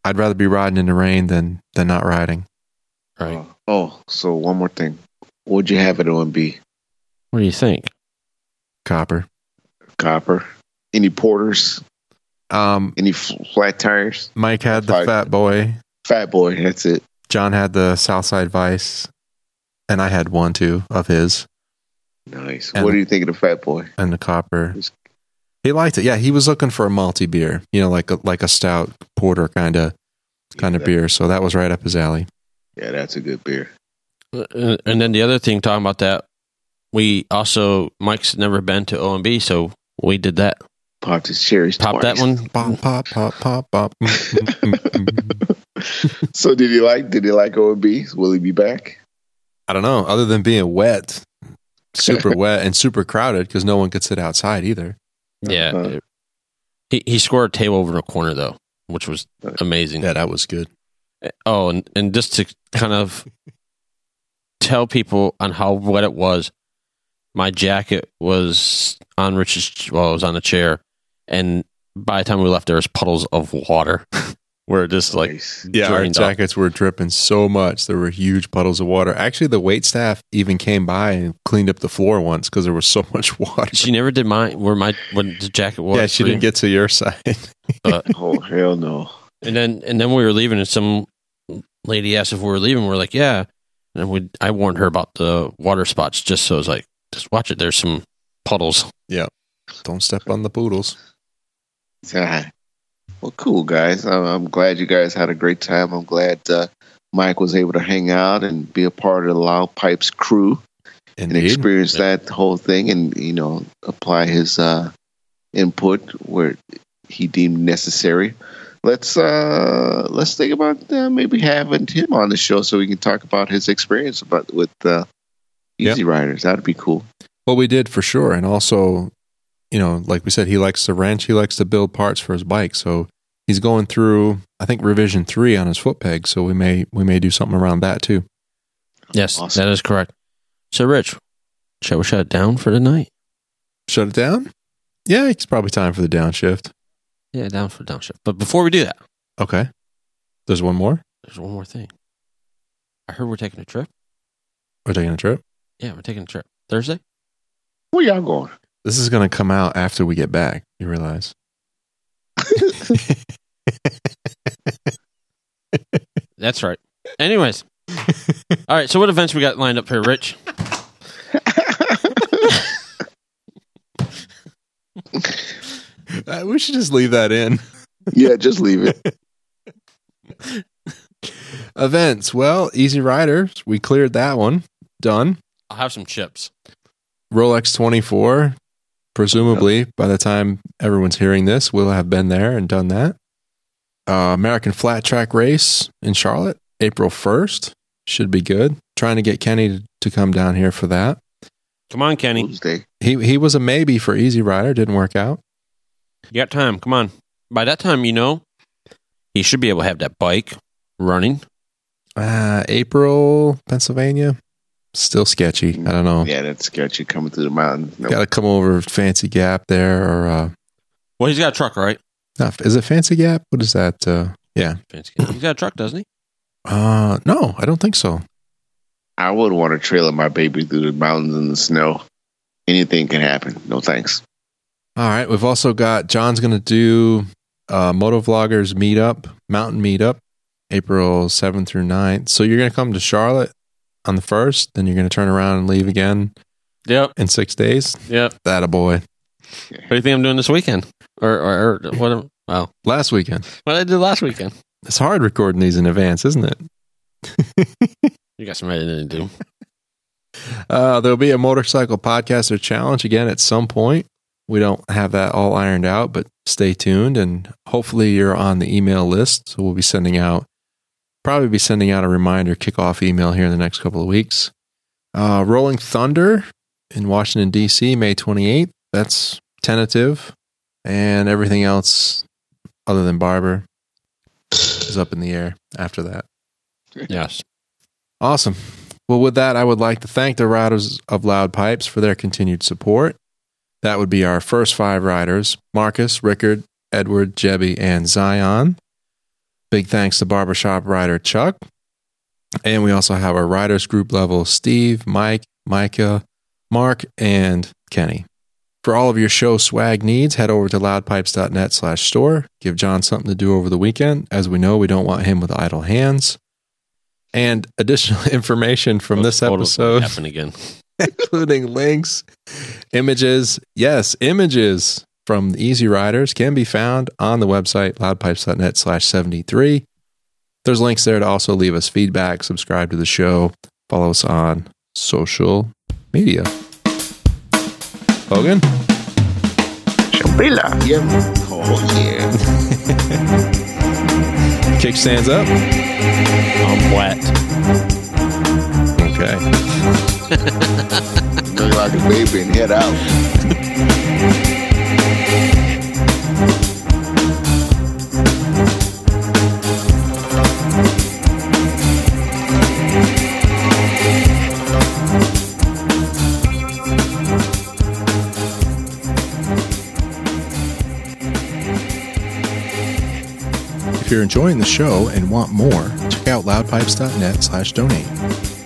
I'd rather be riding in the rain than, than not riding. Right. Oh, so one more thing. What'd you have at OMB? What do you think? Copper. Copper? Any porters? Um, Any f- flat tires? Mike had the Fire. Fat Boy, Fat boy, that's it. John had the Southside Vice, and I had one too of his Nice. And- what do you think of the fat boy? and the copper. It's- He liked it. Yeah, he was looking for a malty beer, you know, like a, like a stout porter kind of kind of Yeah, beer. So that was right up his alley. Yeah, that's a good beer. Uh, And then the other thing talking about that, we also Mike's never been to OMB, so we did that. Popped his cherries. Pop twice. that one. Pop, pop, pop, pop, pop. Mm, mm, mm, mm, mm. [laughs] [laughs] So did he like? Did he like OMB? Will he be back? I don't know. Other than being wet, super wet and super crowded because no one could sit outside either. Yeah. Uh-huh. He he scored a table over in a corner though, which was amazing. Yeah, that was good. Oh, and, and just to kind of tell people on how wet it was, my jacket was on Rich's, well, it was on the chair. And by the time we left, there was puddles of water [laughs] where it just like, Nice. Yeah, our drained off. jackets were dripping so much. There were huge puddles of water. Actually, the wait staff even came by and cleaned up the floor once because there was so [laughs] much water. She never did mine where my when the jacket was. yeah, she for you. didn't get to your side. oh hell no! [laughs] And then and then we were leaving, and some lady asked if we were leaving. We are like, yeah. And we I warned her about the water spots just so I was like, just watch it. There's some puddles. [laughs] Don't step on the poodles. Ah. Well, cool guys. I'm, I'm glad you guys had a great time. I'm glad uh, Mike was able to hang out and be a part of the Loud Pipes crew and Indeed. experience that whole thing, and you know apply his uh, input where he deemed necessary. Let's uh, let's think about uh, maybe having him on the show so we can talk about his experience about with uh, Yeah. Easy Riders. That'd be cool. Well, we did for sure. And also, you know, like we said, he likes to wrench, he likes to build parts for his bike. So he's going through, I think, revision three on his foot peg. So we may we may do something around that too. Yes, Awesome. that is correct. So, Rich, shall we shut it down for tonight? Shut it down? Yeah, it's probably time for the downshift. Yeah, down for downshift. But before we do that, Okay. There's one more. there's one more thing. I heard we're taking a trip. We're taking a trip. Yeah, we're taking a trip Thursday. Where y'all going? This is going to come out after we get back. You realize? That's right. Anyways, [laughs] all right. So, what events we got lined up here, Rich? [laughs] Uh, we should just leave that in. [laughs] yeah, just leave [laughs] it. Events. Well, Easy Riders. We cleared that one. Done. I'll have some chips. Rolex 24. Presumably, by the time everyone's hearing this, we'll have been there and done that. Uh, American Flat Track Race in Charlotte, April 1st. Should be good. Trying to get Kenny to, to come down here for that. Come on, Kenny. You Tuesday. He he was a maybe for Easy Rider. Didn't work out. got time. Come on. By that time, you know, he should be able to have that bike running. Uh, April, Pennsylvania. Still sketchy. I don't know. Yeah, that's sketchy coming through the mountain. No. Got to come over Fancy Gap there, or uh, Well, he's got a truck, right? not, is it Fancy Gap? What is that? Uh, yeah. He's got a truck, doesn't he? Uh, no, I don't think so. I would want to trailer my baby through the mountains in the snow. Anything can happen. No thanks. All right. We've also got John's going to do uh, Moto Vloggers Meetup, Mountain Meetup, April 7th through 9th. So you're going to come to Charlotte on the 1st, then you're going to turn around and leave again Yep. in six days. Yep. What That a boy. do you think I'm doing this weekend? Or, or, or what? Am, wow. Last weekend. What did I do last weekend? It's hard recording these in advance, isn't it? You got some editing to do. [laughs] Uh, there'll be a motorcycle podcaster challenge again at some point. We don't have that all ironed out, but stay tuned and hopefully you're on the email list. So we'll be sending out, probably be sending out a reminder kickoff email here in the next couple of weeks. Uh, Rolling Thunder in Washington, D.C., May 28th. That's tentative. And everything else other than Barber is up in the air after that. Yes. Awesome. Well, with that, I would like to thank the Riders of Loud Pipes for their continued support. That would be our first five riders Marcus, Rickard, Edward, Jebby, and Zion. Big thanks to Barbershop Rider Chuck. And we also have our riders group level Steve, Mike, Micah, Mark, and Kenny. For all of your show swag needs, head over to loudpipes.net slash store. Give John something to do over the weekend. As we know, we don't want him with idle hands. And additional [laughs] information from this Hold on. episode Happen again. [laughs] including links, images. Yes, images from the Easy Riders can be found on the website loudpipes.net slash 73. There's links there to also leave us feedback, subscribe to the show, follow us on social media. Hogan? Check Capilla. Yep. Oh yeah. Kickstands up. I'm wet. Okay. Look like a baby and head out. If you're enjoying the show and want more, check out loudpipes.net slash donate.